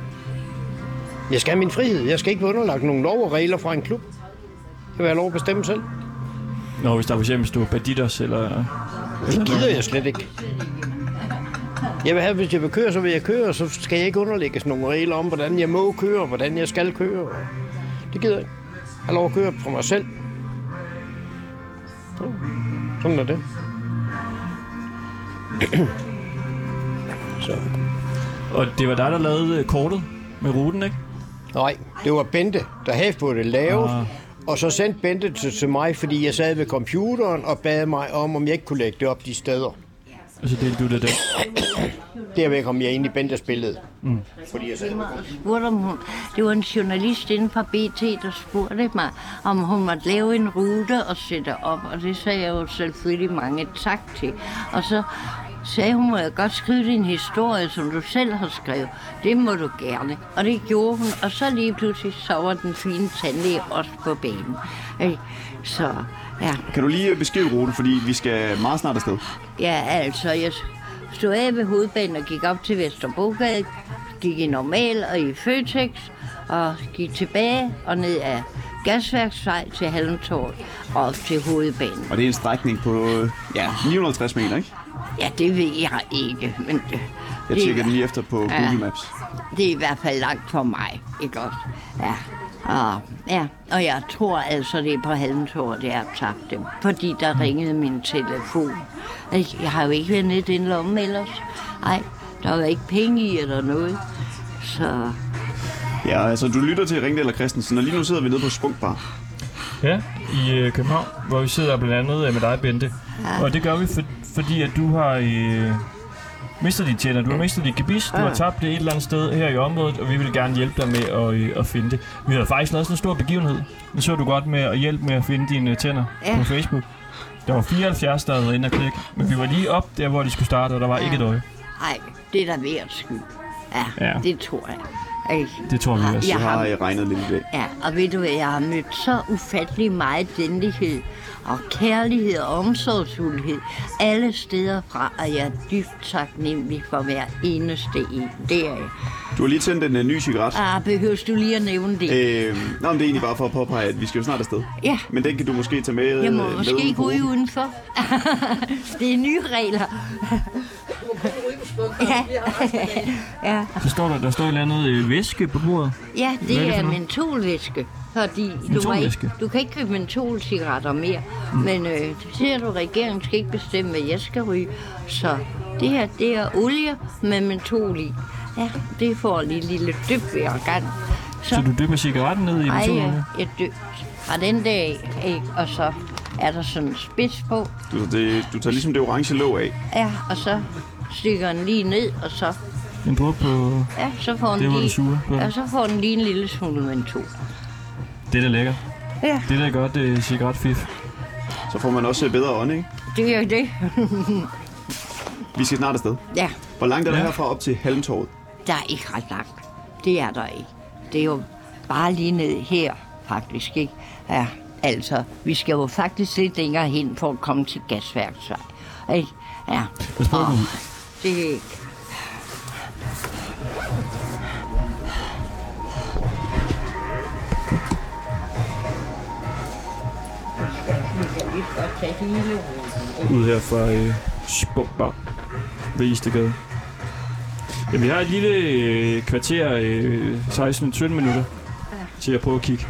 Jeg skal have min frihed. Jeg skal ikke være underlagt nogle lov og regler fra en klub. Det vil jeg have lov at bestemme selv.
Nå, hvis der for eksempel stod Banditos, eller...
Det gider jeg slet ikke. Jeg vil have, hvis jeg vil køre, så vil jeg køre, og så skal jeg ikke underlægges nogle regler om, hvordan jeg må køre, og hvordan jeg skal køre. Det gider jeg ikke. Jeg har lov at køre for mig selv. Så. Sådan er det. så.
Og det var dig, der lavede øh, kortet med ruten, ikke?
Nej, det var Bente, der havde fået det lavet.
Ah.
Og så sendte Bente til, til mig, fordi jeg sad ved computeren og bad mig om, om jeg ikke kunne lægge det op de steder.
Og så delte du det der.
Derved kom jeg ind i Bentes billede. Mm. Fordi jeg sad ved
spurgte om hun, det var en journalist inden for BT, der spurgte mig, om hun måtte lave en rute og sætte op, og det sagde jeg jo selvfølgelig mange tak til. Og så sagde hun, må jeg godt skrive din historie, som du selv har skrevet. Det må du gerne. Og det gjorde hun, og så lige pludselig, så var den fine tandlæge også på banen. Øh, Så ja,
Kan du lige øh, beskrive ruten, fordi vi skal meget snart afsted.
Ja, altså, jeg stod af ved hovedbanen og gik op til Vesterbrogade, gik i normal og i Føtex, og gik tilbage og ned ad Gasværksvej til Halmtorv og op til hovedbanen.
Og det er en strækning på øh, ja, 950 meter, ikke?
Ja, det ved jeg ikke, men det,
Jeg
det,
tjekker den lige efter på
Ja.
Google Maps.
det er i hvert fald langt for mig, ikke også? Ja. Og, ja, og jeg tror altså, det er på halmtåret, jeg har tabt dem. Fordi
Mm.
der ringede min telefon. Ikke? Jeg har jo ikke været nede i den lomme ellers. Nej, der var ikke penge i eller noget. Så
Ja, altså du lytter til Ringdal og Christensen, og lige nu sidder vi nede på Spunkbar.
Ja, i øh, København, hvor vi sidder blandt andet øh, med dig, Bente. Ja. Og det gør vi, for, fordi at du har øh, mistet dit tjener, du har mistet dit gebis, du har tabt det et eller andet sted her i området, og vi vil gerne hjælpe dig med at, øh, at finde det. Vi har faktisk lavet sådan en stor begivenhed. Nu så du godt med at hjælpe med at finde dine øh, tænder
Ja.
ja. på Facebook. Der var 74, der havde været inde og klikke, men vi var lige op der, hvor de skulle starte, og der var ja. ikke et øje.
nej, det er da ved at skyde. Ja, ja,
Ja.
det tror jeg. Ikke?
Det tror vi
Ja,
også.
Jeg
Jeg har-
har øh, regnet lidt i dag.
Ja, og ved du hvad, jeg har mødt så ufattelig meget venlighed og kærlighed og omsorgsfuldhed alle steder fra, og jeg er dybt taknemmelig for hver eneste en. Det er jeg.
Du har lige tændt en øh, ny cigaret.
Ah, behøver du lige at nævne det?
Øh, nå, men det er egentlig bare for at påpege, at vi skal jo snart afsted.
Ja.
Men den kan du måske tage med.
Jeg må
øh, med
måske
ud
ikke
på
ryge
åben.
udenfor. det er nye regler. ja,
Så står der, der står et eller andet øh, væske på bordet.
ja,
Hvad er det
det
for
er
noget?
mentolvæske. Fordi du, må ikke,
Mentolvæske? Mm.
du kan ikke købe mentolcigaretter mere. Men øh, det siger du, regeringen skal ikke bestemme, hvad jeg skal ryge. Så det her, det er olie med mentol i. Ja, det får lige en lille dyb hver gang.
Så, så du dypper cigaretten ned i
Ej,
den
ja, jeg dyb. Og den dag, ikke? Og så er der sådan en spids på.
Du, det, du tager ligesom det orange låg af.
Ja, og så stikker den lige ned, og så,
En dråbe på...
ja, så får den
Det var
lige,
det sure. Ja.
ja, så får den lige en lille smule mentol.
Det er da lækkert.
Ja.
Det er da godt øh, cigaretfif.
Så får man også øh, bedre ånd, ikke?
Det er det.
Vi skal snart afsted.
Ja.
Hvor langt er der
Ja.
herfra op til Halmtorvet?
Der er ikke ret langt. Det er der ikke. Det er jo bare lige ned her, faktisk, ikke? Ja, altså, vi skal jo faktisk lidt længere hen for at komme til gasværksvej. Ikke? Ja.
Hvad spørger du?
Det er ikke.
ud her fra øh, Spumbar ved Istegade. Ja, vi har et lille øh, kvarter, øh, 16-17 minutter, til at prøve at kigge.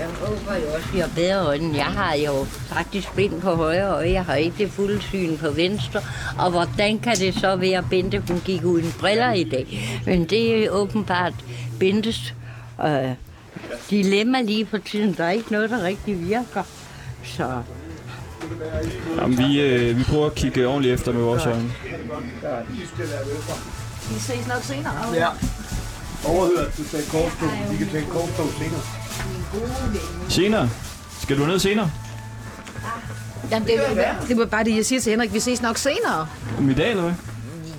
Jeg håber jo også, at har bedre øjne. Jeg har jo faktisk blind på højre øje. Jeg har ikke det fulde syn på venstre. Og hvordan kan det så være, at Bente hun gik uden briller i dag? Men det er åbenbart Bentes øh, dilemma lige på tiden. Der er ikke noget, der rigtig virker. Så
Jamen, vi, øh, vi prøver at kigge ordentligt efter med vores øjne.
Vi ses nok senere.
Overhørt, du sagde korstog. Vi kan tage korstog senere.
Senere? Skal du ned senere?
Jamen, det, det var bare det, jeg siger til Henrik. Vi ses nok senere.
Om i dag, eller hvad?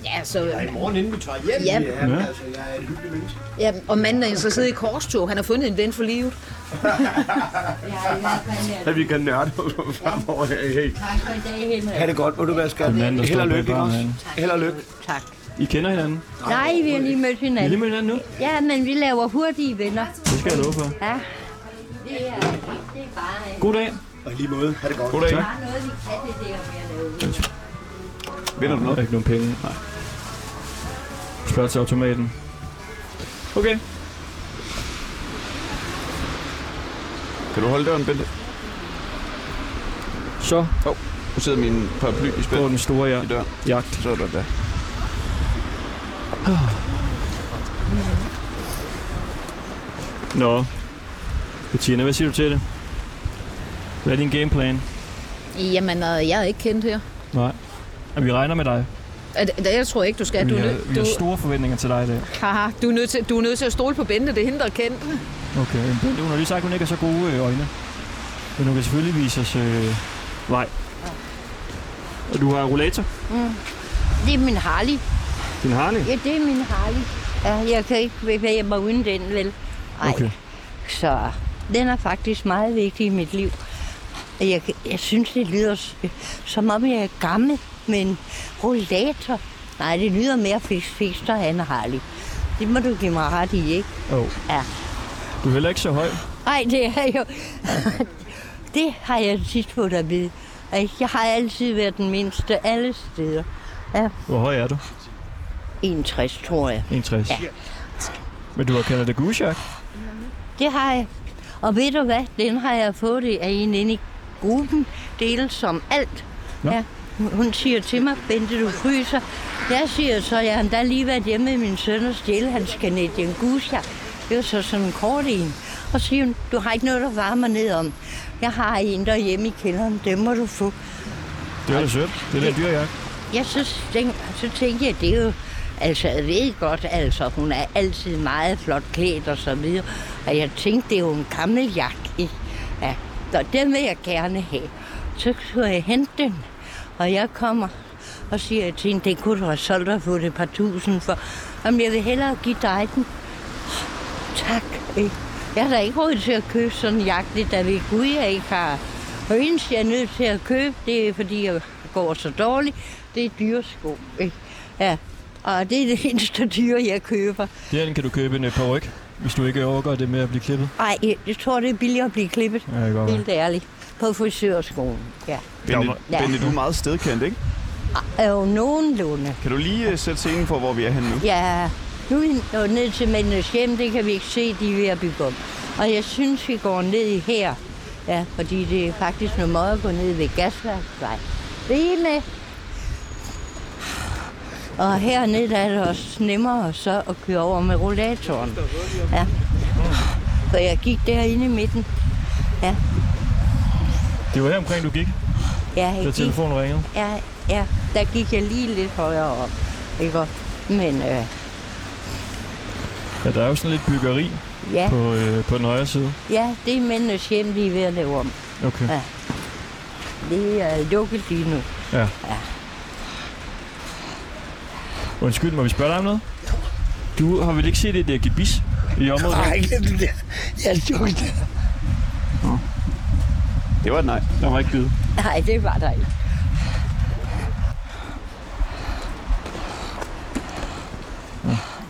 Ja, så...
I morgen inden vi tager hjem.
Ja.
ja. Altså, jeg er et hyggeligt menneske.
Ja, og manden er interesseret i korstog. Han har fundet en ven for livet.
Ja, vi kan nørde fremover. Hey, hey.
tak for i dag, Henrik.
Ha' det godt, må du være skat.
Den anden, der
Held
står
og
på
lykke, ikke
baren
også?
herinde.
Held og lykke.
Tak.
I kender hinanden.
Nej, vi har lige mødt
I er lige
hinanden.
med hinanden nu?
Ja, men vi laver hurtige venner.
Det skal jeg love for.
Ja. Det er, det er bare
God dag.
Og i lige måde, ha' det godt.
God dag. Tak.
bare noget, vi kan det der med at lave.
Vinder
Der
du
er
noget?
ikke nogen penge. Nej. Spørg til automaten. Okay.
Kan du holde døren, Bente?
Så
Nu sidder min paraply i spil
går den store
i
jagt.
døren.
jagt.
Så er der der.
Nå. Bettina, hvad siger du til det? Hvad er din gameplan?
Jamen, øh, jeg er ikke kendt her.
Nej. Jamen, vi regner med dig.
Øh, Det, det- jeg tror ikke, du skal.
vi,
Du, er
har,
nø-
vi
du,
har store forventninger til dig i dag.
haha, du, er nødt til, du er nødt til at stole på Bente. Det er hende, der er kendt.
Okay. Hun har lige sagt, at hun ikke har så gode øh, øjne. Men hun kan selvfølgelig vise os øh, vej. Og du har rollator.
Det er min Harley.
Din Harley.
Ja, det er min Harley. Ja, jeg kan ikke bevæge mig uden den, vel? Ej.
Okay.
Så den er faktisk meget vigtig i mit liv. Og Jeg, kan- jeg synes, det lyder s- som om, jeg er gammel, men rollator. Nej, det lyder mere fister end Harley. Det må du give mig ret i, ikke?
Oh.
Ja.
Du er heller ikke så høj.
Nej, det er jo... Det har jeg tit fået at vide. At Jeg har altid været den mindste alle steder. Ja,
Hvor høj er du?
61 tror jeg.
61.
Ja.
Men du har Canada Goose Jack?
Det har jeg. Og ved du hvad? Den har jeg fået det af en inde i gruppen. Dele som alt. Ja. Hun- Hun siger til mig, Bente, du fryser. Jeg siger så, jeg har endda lige været hjemme med min søn og stjæle hans Canadian Goose Jack. Det var så sådan en kort en. Og så siger hun, du har ikke noget, der varmer ned om. Jeg har en derhjemme i kælderen, den må du få.
Det er da sødt. Det er da en dyr jakke.
Jeg synes, den, så tænkte jeg, det er jo... Altså, jeg ved godt, altså, hun er altid meget flot klædt og så videre. Og jeg tænkte, det er jo en gammel jakke, ikke? Ja, og den vil jeg gerne have. Så kunne jeg hente den, og jeg kommer og siger til hende, det kunne du have solgt og fået et par tusind for. Jamen, jeg vil hellere give dig den. Tak. ikke? Jeg har da ikke råd til at købe sådan en jakke, da vi gud, jeg ikke har. Og eneste, jeg er nødt til at købe, det er, fordi jeg går så dårligt, det er dyresko. Ikke? Ja. Og det er det eneste dyre, jeg køber.
Derinde kan du købe en par ryg, hvis du ikke overgår det med at blive klippet.
Ej, jeg tror, det er billigere at blive klippet.
Ja, det kan godt være.
Helt ærligt. På frisørskolen, ja.
Benny,
Ja.
Benny, du er meget stedkendt, ikke?
Er jo nogenlunde.
Kan du lige øh, sætte scenen for, hvor vi er henne nu?
Ja, nu er vi nået ned til mændenes hjem, det kan vi ikke se, de er ved at bygge op. Og jeg synes, vi går ned i her, ja, fordi det er faktisk noget måde at gå ned ved gasværksvej. Rene! Og hernede der er det også nemmere så at køre over med rollatoren. Ja. For jeg gik derinde i midten. Ja,
Det var her omkring, du gik,
ja jeg
da
gik
telefonen ringede.
Ja, ja, der gik jeg lige lidt højere op. Ikke? Men øh,
Ja, der er jo sådan lidt byggeri
Ja.
på, øh, på den højre side.
ja, det er mændenes hjem, de er ved at lave om.
Okay.
Ja. Det er lukket lige nu.
Ja.
Ja.
Undskyld, må vi spørge dig om noget? Du har vel ikke set det der gebis i området?
Nej, ikke det der. Jeg er tjukt.
Det var et nej.
Der var ikke givet.
Nej, det var der ikke.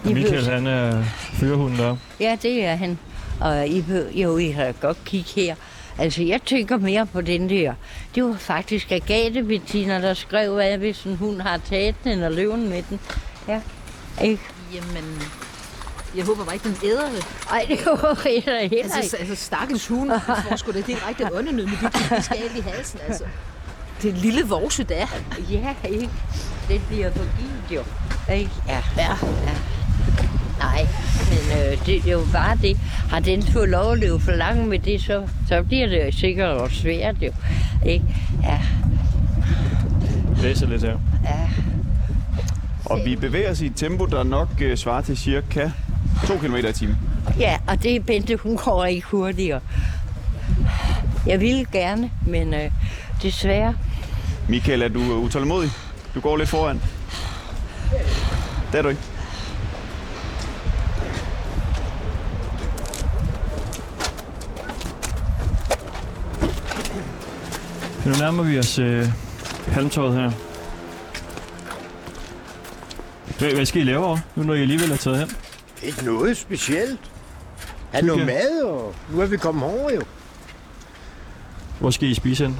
I
Michael,
behøver-
han er førerhunden deroppe.
Ja, det er han. Og I behøver, jo, I har godt kigge her. Altså, jeg tænker mere på den der. Det var faktisk Agathe Bettina, der skrev, at hvis en hund har taget den eller løven med den. Ja, ikke?
Jamen, jeg håber bare ikke, den æder det.
Ej, det håber jeg da heller ikke.
Altså, altså stakkels hund, den får sgu da direkte åndenød med dit lille skal i halsen, altså. Det er en lille vorse, der.
Ja, ikke? Det bliver for givet jo. Ikke? Ja. ja. ja. Nej, men øh, det, det er jo bare det. Har den fået lov at leve for langt med det, så, så bliver det jo sikkert også svært jo. Ikke? Ja,
Læser lidt her.
ja.
Og vi bevæger os i et tempo, der nok øh, svarer til cirka 2 km i timen.
ja, og det er Bente, hun går ikke hurtigere. Jeg ville gerne, men øh, desværre.
Michael, er du øh, utålmodig? Du går lidt foran. Det er du ikke.
Nu nærmer vi os øh, halmtåret her. Hvad, hvad skal I lave over, nu når I alligevel er taget hen?
Ikke noget specielt. Er
Hygge.
noget mad, og nu er vi kommet over jo.
Hvor skal I spise hen?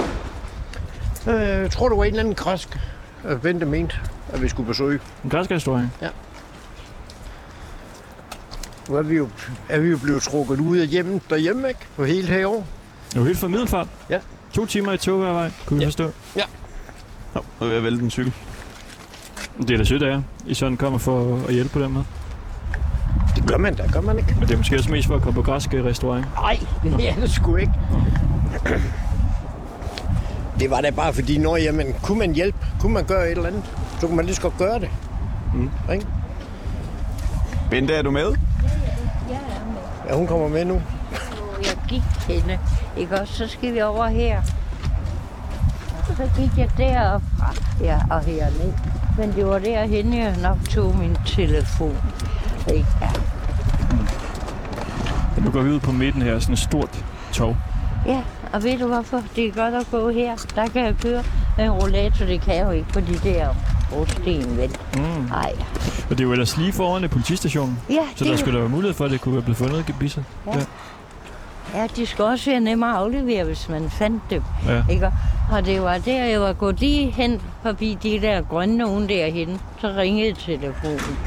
Øh, Jeg tror, det var en eller anden græsk, øh, Bente mente, at vi skulle besøge.
En græsk restaurant.
Nu er vi jo, er vi jo blevet trukket ud af hjemmet derhjemme, ikke? På hele herovre.
Det er jo helt fra Middelfart.
Ja.
To timer i tog hver vej, kunne vi ja. forstå.
Nå, nu er jeg vælte en cykel.
Det er da sødt af jer. I sådan kommer for at hjælpe på den måde.
Det gør man da, gør man ikke?
Men det er måske også mest for at komme på græsk øh, restaurant.
Nej, det er det sgu ikke. Det var da bare fordi, når jamen, kunne man hjælpe, kunne man gøre et eller andet, så kunne man lige så godt gøre det. Mm. Ikke?
Bente, er du med?
Ja, hun kommer med nu.
Åh, Jeg gik henne, ikke også? Så skal vi over her. Så gik jeg deropfra, ja, og herned. Men det var derhenne, jeg nok tog min telefon. Ikke? Ja.
Nu går vi ud på midten her, sådan et stort tog.
ja, og ved du hvorfor? Det er godt at gå her. Der kan jeg køre med en rollator. Det kan jeg jo ikke, fordi det er brosten, vel?
Mm.
Ej,
Og det er jo ellers lige foran øh, politistationen.
ja,
Så
det
der
er
skulle der være mulighed for, at det kunne være blevet fundet gebisser.
Ja. Ja, de skulle også være nemmere at aflevere, hvis man fandt dem.
Ja.
Ikke? Og- Og det var der, jeg var gået lige hen forbi de der grønne nogen derhen, så ringede telefonen.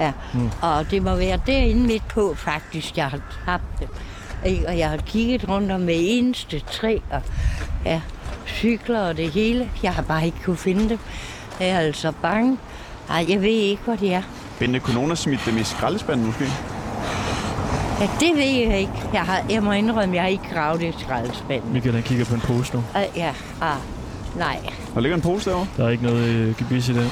Ja. Mm.
Mm.
Og det må være derinde midt på, faktisk, jeg har tabt dem. Ikke? Og jeg har kigget rundt om hver eneste træ, og ja, cykler og det hele. Jeg har bare ikke kunne finde dem. Jeg er altså bange. Ej, jeg ved ikke, hvor de er.
Bente, kunne nogen have smidt dem i skraldespanden måske?
Ja, det ved jeg ikke. Jeg, har, jeg må indrømme, jeg har ikke gravet i skraldespanden.
Michael, han kigger på en pose nu.
Og, ja, og, nej.
Der ligger en pose derovre.
Der er ikke noget øh, gebis i den.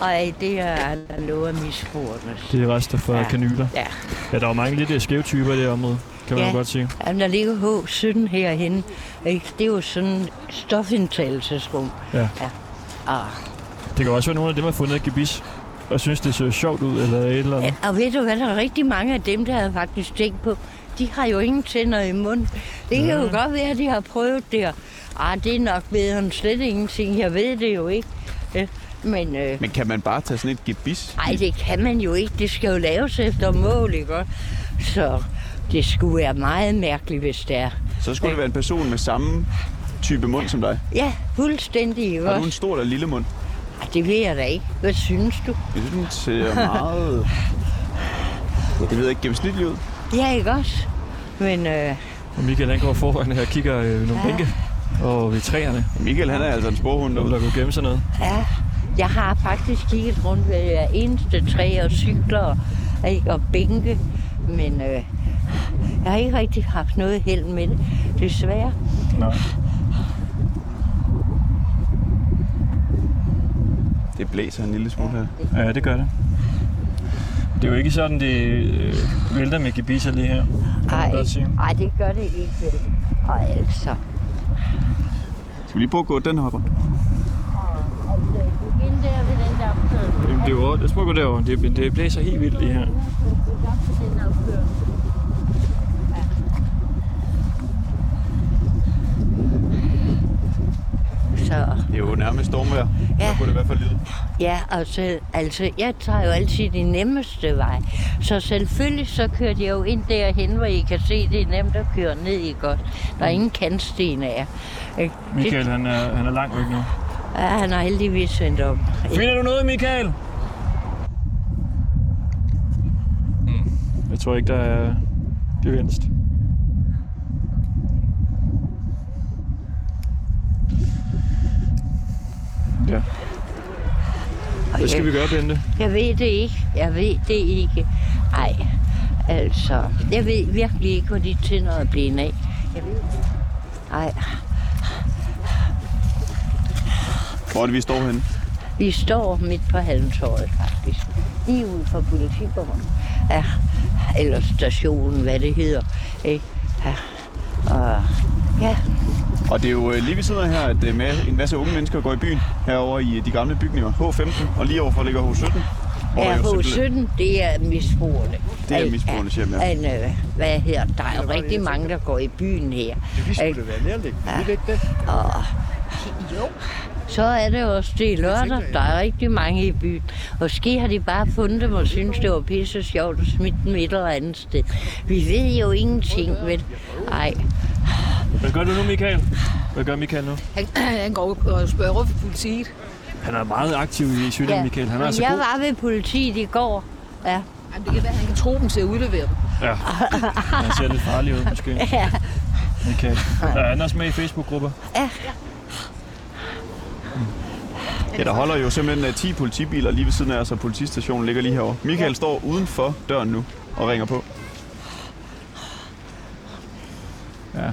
Og det er der lover misbrugerne.
Det er rester fra
Ja.
ja. kanyler.
Ja.
ja. der er jo mange lidt øh, skæve typer i det her område, kan man
Ja.
jo godt sige.
Jamen, der ligger H17 herhen. Ikke? Det er jo sådan et stofindtagelsesrum.
Ja.
ja. Ah, Og,
Det kan også være nogle af dem, der har fundet et gebis, og synes, det ser sjovt ud, eller et eller andet.
og ved du hvad, der er rigtig mange af dem, der har faktisk tænkt på, de har jo ingen tænder i munden. Det kan jo
Ja.
godt være, at de har prøvet det. og, Ah, det er nok bedre end slet ingenting. Jeg ved det jo ikke. Øh, Men øh,
Men kan man bare tage sådan et gebis?
Nej, det kan man jo ikke. Det skal jo laves efter mål, ikke? også? Så det skulle være meget mærkeligt, hvis det er.
Så skulle det være en person med samme type mund som dig.
Ja, fuldstændig, ikke?
Har du en
også?
stor eller lille mund?
Ej, Det ved jeg da ikke. Hvad synes du?
Jeg synes, den ser meget... Jeg ved jeg ikke gennemsnitlig ud.
Ja, ikke også? Men øh,
Og Michael, han går foran her og kigger øh, nogle bænke og ved træerne.
Michael, han er altså en sporhund
derude. Der kunne gemme sig ned.
ja, jeg har faktisk kigget rundt ved hver eneste træ og cykler og, ikke, og bænke, men øh, jeg har ikke rigtig haft noget held med det, desværre.
Nej.
Det blæser en lille smule her.
Ja, det gør det. Det er jo ikke sådan, det øh, vælter med gebisser lige her.
Ej, ej, det gør det ikke. vel? Og altså,
Skal vi lige prøve at gå den her rundt?
Ind der ved den der opkørsel.
Jamen, det er jo, lad os prøve at gå derover. Det, det blæser helt vildt lige her.
Den opkørsel.
så
Det er jo nærmest stormvejr. Ja. Så kunne det i hvert fald lide.
Ja, og så, altså, jeg tager jo altid de nemmeste vej. Så selvfølgelig så kørte jeg jo ind derhen, hvor I kan se, det er nemt at køre ned i godt. Der er ingen kantsten af jer. Ikke?
Michael, han er, han er langt væk nu.
Ja, han har heldigvis vendt om.
Finder du noget, Michael? Jeg tror ikke, der er gevinst. Ja. Hvad skal vi gøre, Bente?
Jeg ved det ikke. Jeg ved det ikke. Ej, altså, jeg ved virkelig ikke, hvor de tænder er blevet af. Jeg ved det. Ej,
Hvor er det, vi står henne?
vi står midt på Halmtorvet, faktisk. Lige ude for politibummeren. Ja, eller stationen, hvad det hedder. Ikke? Ja, og ja,
Og det er jo øh, lige ved siden af her, at øh, ma- en masse unge mennesker går i byen herover i øh, de gamle bygninger. H15, og lige overfor ligger H17. hvor der jo simpelthen-
RH17, det er misbrugerne.
Det er misbrugernes hjem, ja.
Men, øh, hvad her? Der er jo rigtig mange, der går i byen her.
vi skulle
Ikke?
da være nærliggende,
Ja.
ville det ikke det?
Og, jo. Så er det også det er lørdag. Der er rigtig mange i byen. Måske har de bare fundet dem og synes det var pisse sjovt at smide dem et eller andet sted. Vi ved jo ingenting, vel? Ej.
Hvad gør du nu, Michael? Hvad gør Michael nu?
Han, han går op og spørger over for politiet.
Han er meget aktiv i Sydland, ja. Michael. Han er
men
altså
jeg
god.
var ved politiet i går. Ja.
Jamen, det kan være, at han kan tro dem til at udlevere dem.
Ja. Han ser lidt farlig ud, måske.
Ja.
Michael. Er han også med i Facebook-grupper?
Ja.
Ja, der holder jo simpelthen øh, 10 politibiler lige ved siden af os, og politistationen ligger lige herovre. Michael står udenfor døren nu og ringer på.
Ja.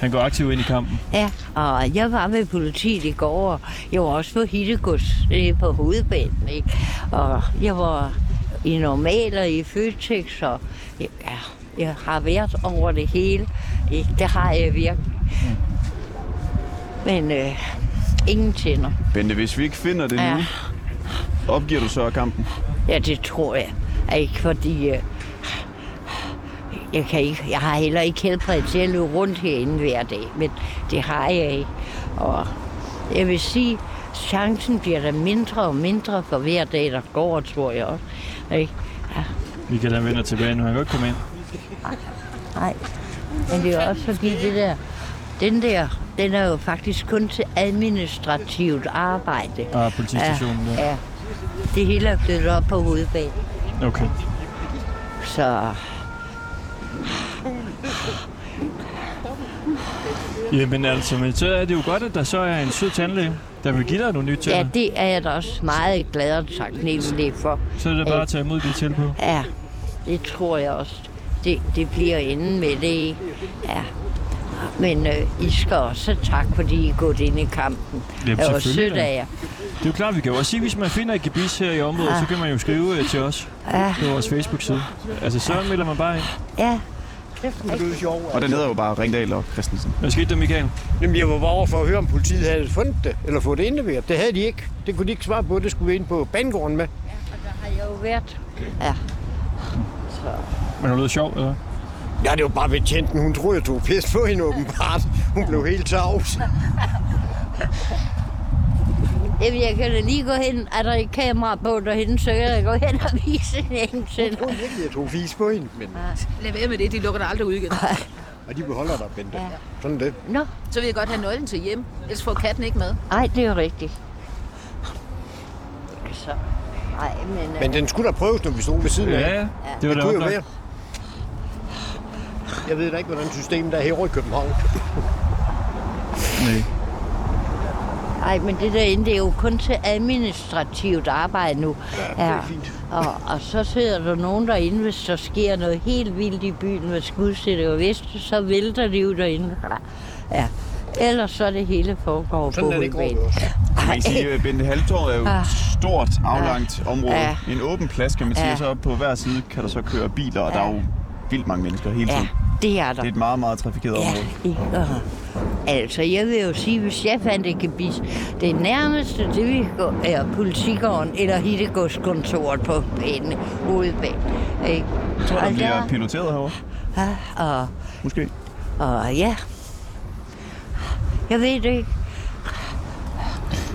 Han går aktivt ind i kampen.
Ja, og jeg var med politiet i går, og jeg var også på Hittegods øh, på hovedbanen, ikke? Og jeg var i normaler i Føtex, og ja, jeg har været over det hele. Ikke? Det har jeg virkelig. Men øh, ingen tænder.
Bente, hvis vi ikke finder det
Ja.
nu, opgiver du så kampen?
Ja, det tror jeg. Ikke fordi... Øh, jeg, kan ikke, jeg har heller ikke helbred til at løbe rundt herinde hver dag, men det har jeg ikke. Og jeg vil sige, chancen bliver da mindre og mindre for hver dag, der går, tror jeg også. Ikke?
Michael, han vender tilbage nu. Han kan jo ikke komme ind.
Nej. Men det er også fordi det der, den der, den er jo faktisk kun til administrativt arbejde.
Ah, politistationen, ja.
ja. ja. Det hele er blevet op på hovedbanen.
Okay.
Så
Jamen altså, men så er det jo godt, at der så er en sød tandlæge, der vil give dig nogle nye tænder.
ja, det er jeg da også meget glad og taknemmelig for.
Så er det bare at
at-
tage imod dit tilbud.
Ja, det tror jeg også. Det, det bliver inden med det, ikke? Ja. Men øh, I skal også tak, fordi I er gået ind i kampen.
Jamen,
det var
selvfølgelig
sødt
da.
af jer.
Det er jo klart, vi kan jo også sige, hvis man finder et gebis her i området,
Ja.
så kan man jo skrive øh, til os
Ja.
på vores Facebook-side. Altså, så melder man bare ind.
Ja.
Og den hedder jo bare Ringdal og Christensen.
Hvad skete der, Michael?
Jamen, jeg var bare over for at høre, om politiet havde fundet det, eller fået det indleveret. Det havde de ikke. Det kunne de ikke svare på. Det skulle vi ind på banegården med.
Har jeg jo været? Ja. Så.
Men det lyder sjovt, eller?
Ja, det var bare betjenten. Hun troede, jeg tog pis på hende åbenbart. Hun blev helt tavs.
Jamen, jeg kan da lige gå hen. Er der et kamera på derhen, så kan jeg gå hen og vise hende til dig.
Jeg tog fis på hende, men...
Lad være med det, de lukker dig aldrig ud igen.
Og de beholder dig, Bente. Sådan er det.
Nå.
Så vil jeg godt have nøglen til hjem, ellers får katten ikke med.
Nej, det er jo rigtigt. Så. Nej, men... øh,
Men den skulle da prøves, når vi stod ved siden af.
Ja, ja. Det var da
kunne jo
oplagt.
være. Jeg ved da ikke, hvordan systemet er her i København.
Nej.
Ej, men det derinde, det er jo kun til administrativt arbejde nu.
Ja, det er fint.
Og, og så sidder der nogen derinde, hvis der sker noget helt vildt i byen med skudsætter og vest, så vælter de jo derinde. Ja. Ellers så er det hele foregår
Sådan
på
er det ikke
hovedbanen.
Man kan sige, at Bente Halvtorvet er jo
Ah.
et stort, aflangt område.
Ja.
En åben plads, kan man sige.
Ja.
Og så på hver side kan der så køre biler, og der er jo vildt mange mennesker hele tiden.
det er der.
Det er et meget, meget trafikeret område.
Ikke? Altså, jeg vil jo sige, hvis jeg fandt et gebis, det nærmeste, det vi gå, er politigården eller hittegodskontoret på banen, hovedbanen. Ikke? Altså,
Jeg tror,
ah, Og
der bliver
der-
piloteret herovre.
Ja, og...
Måske.
Og ja. Jeg ved det ikke.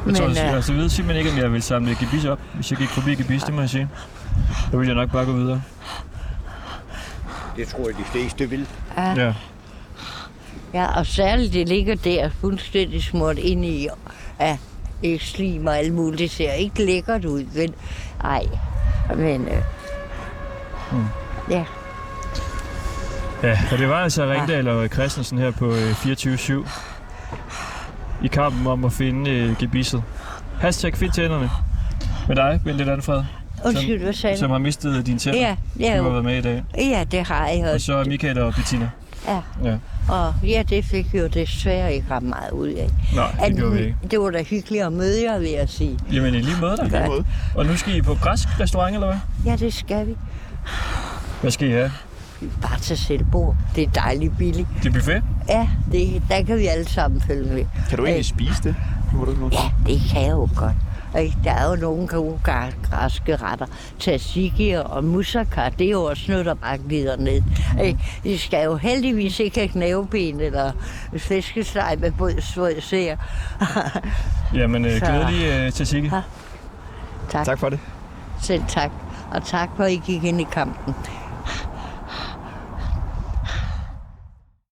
Jeg tror,
Men,
jeg,
øh,
altså, jeg ved simpelthen ikke, om jeg vil samle gebis op, hvis jeg gik forbi gebis, det må jeg sige. Så ville jeg nok bare gå videre.
Det tror jeg, de fleste vil.
Ja.
Ja.
øh, Ja, og særligt det ligger der fuldstændig smurt ind i af øh, slim og alt muligt. Det ser ikke lækkert ud, men ej. Men øh,
Mm.
ja,
Ja, og det var altså Ringdal og Christensen her på øh, 24-7 i kampen om at finde øh, gebisset. Hashtag find tænderne. Med dig, Bente Landfred.
Undskyld, hvad sagde
som,
du?
som har mistet dine tænder.
Ja, ja,
Du har
jo.
været med i dag.
ja det har jeg
Og
også.
så er Michael og Bettina.
Ja.
Ja.
Og ja, det fik jo desværre ikke ret meget ud af.
Nej, det
At
gjorde vi
vi-
ikke.
Det var da hyggeligt at møde jer, vil jeg sige.
Jamen, i lige måde da.
I lige måde.
Og nu skal I på græsk restaurant, eller hvad?
Ja, det skal vi.
Hvad skal I have?
Bare til selvbord. Det er dejligt billigt.
Det er buffet?
Ja, det, der kan vi alle sammen følge med.
Kan du egentlig spise det? Nu er du ikke noget.
Ja, det kan jeg jo godt. Ikke? Der er jo nogle gode græ- græske retter. Tzatziki og moussaka, det er jo også noget, der bare glider ned. Ikke? De skal jo heldigvis ikke have knæveben eller flæskesteg med både svød ser.
Jamen, øh,
Så-
glædelig øh, tzatziki.
tak.
Tak for det.
Selv tak. Og tak for, at I gik ind i kampen.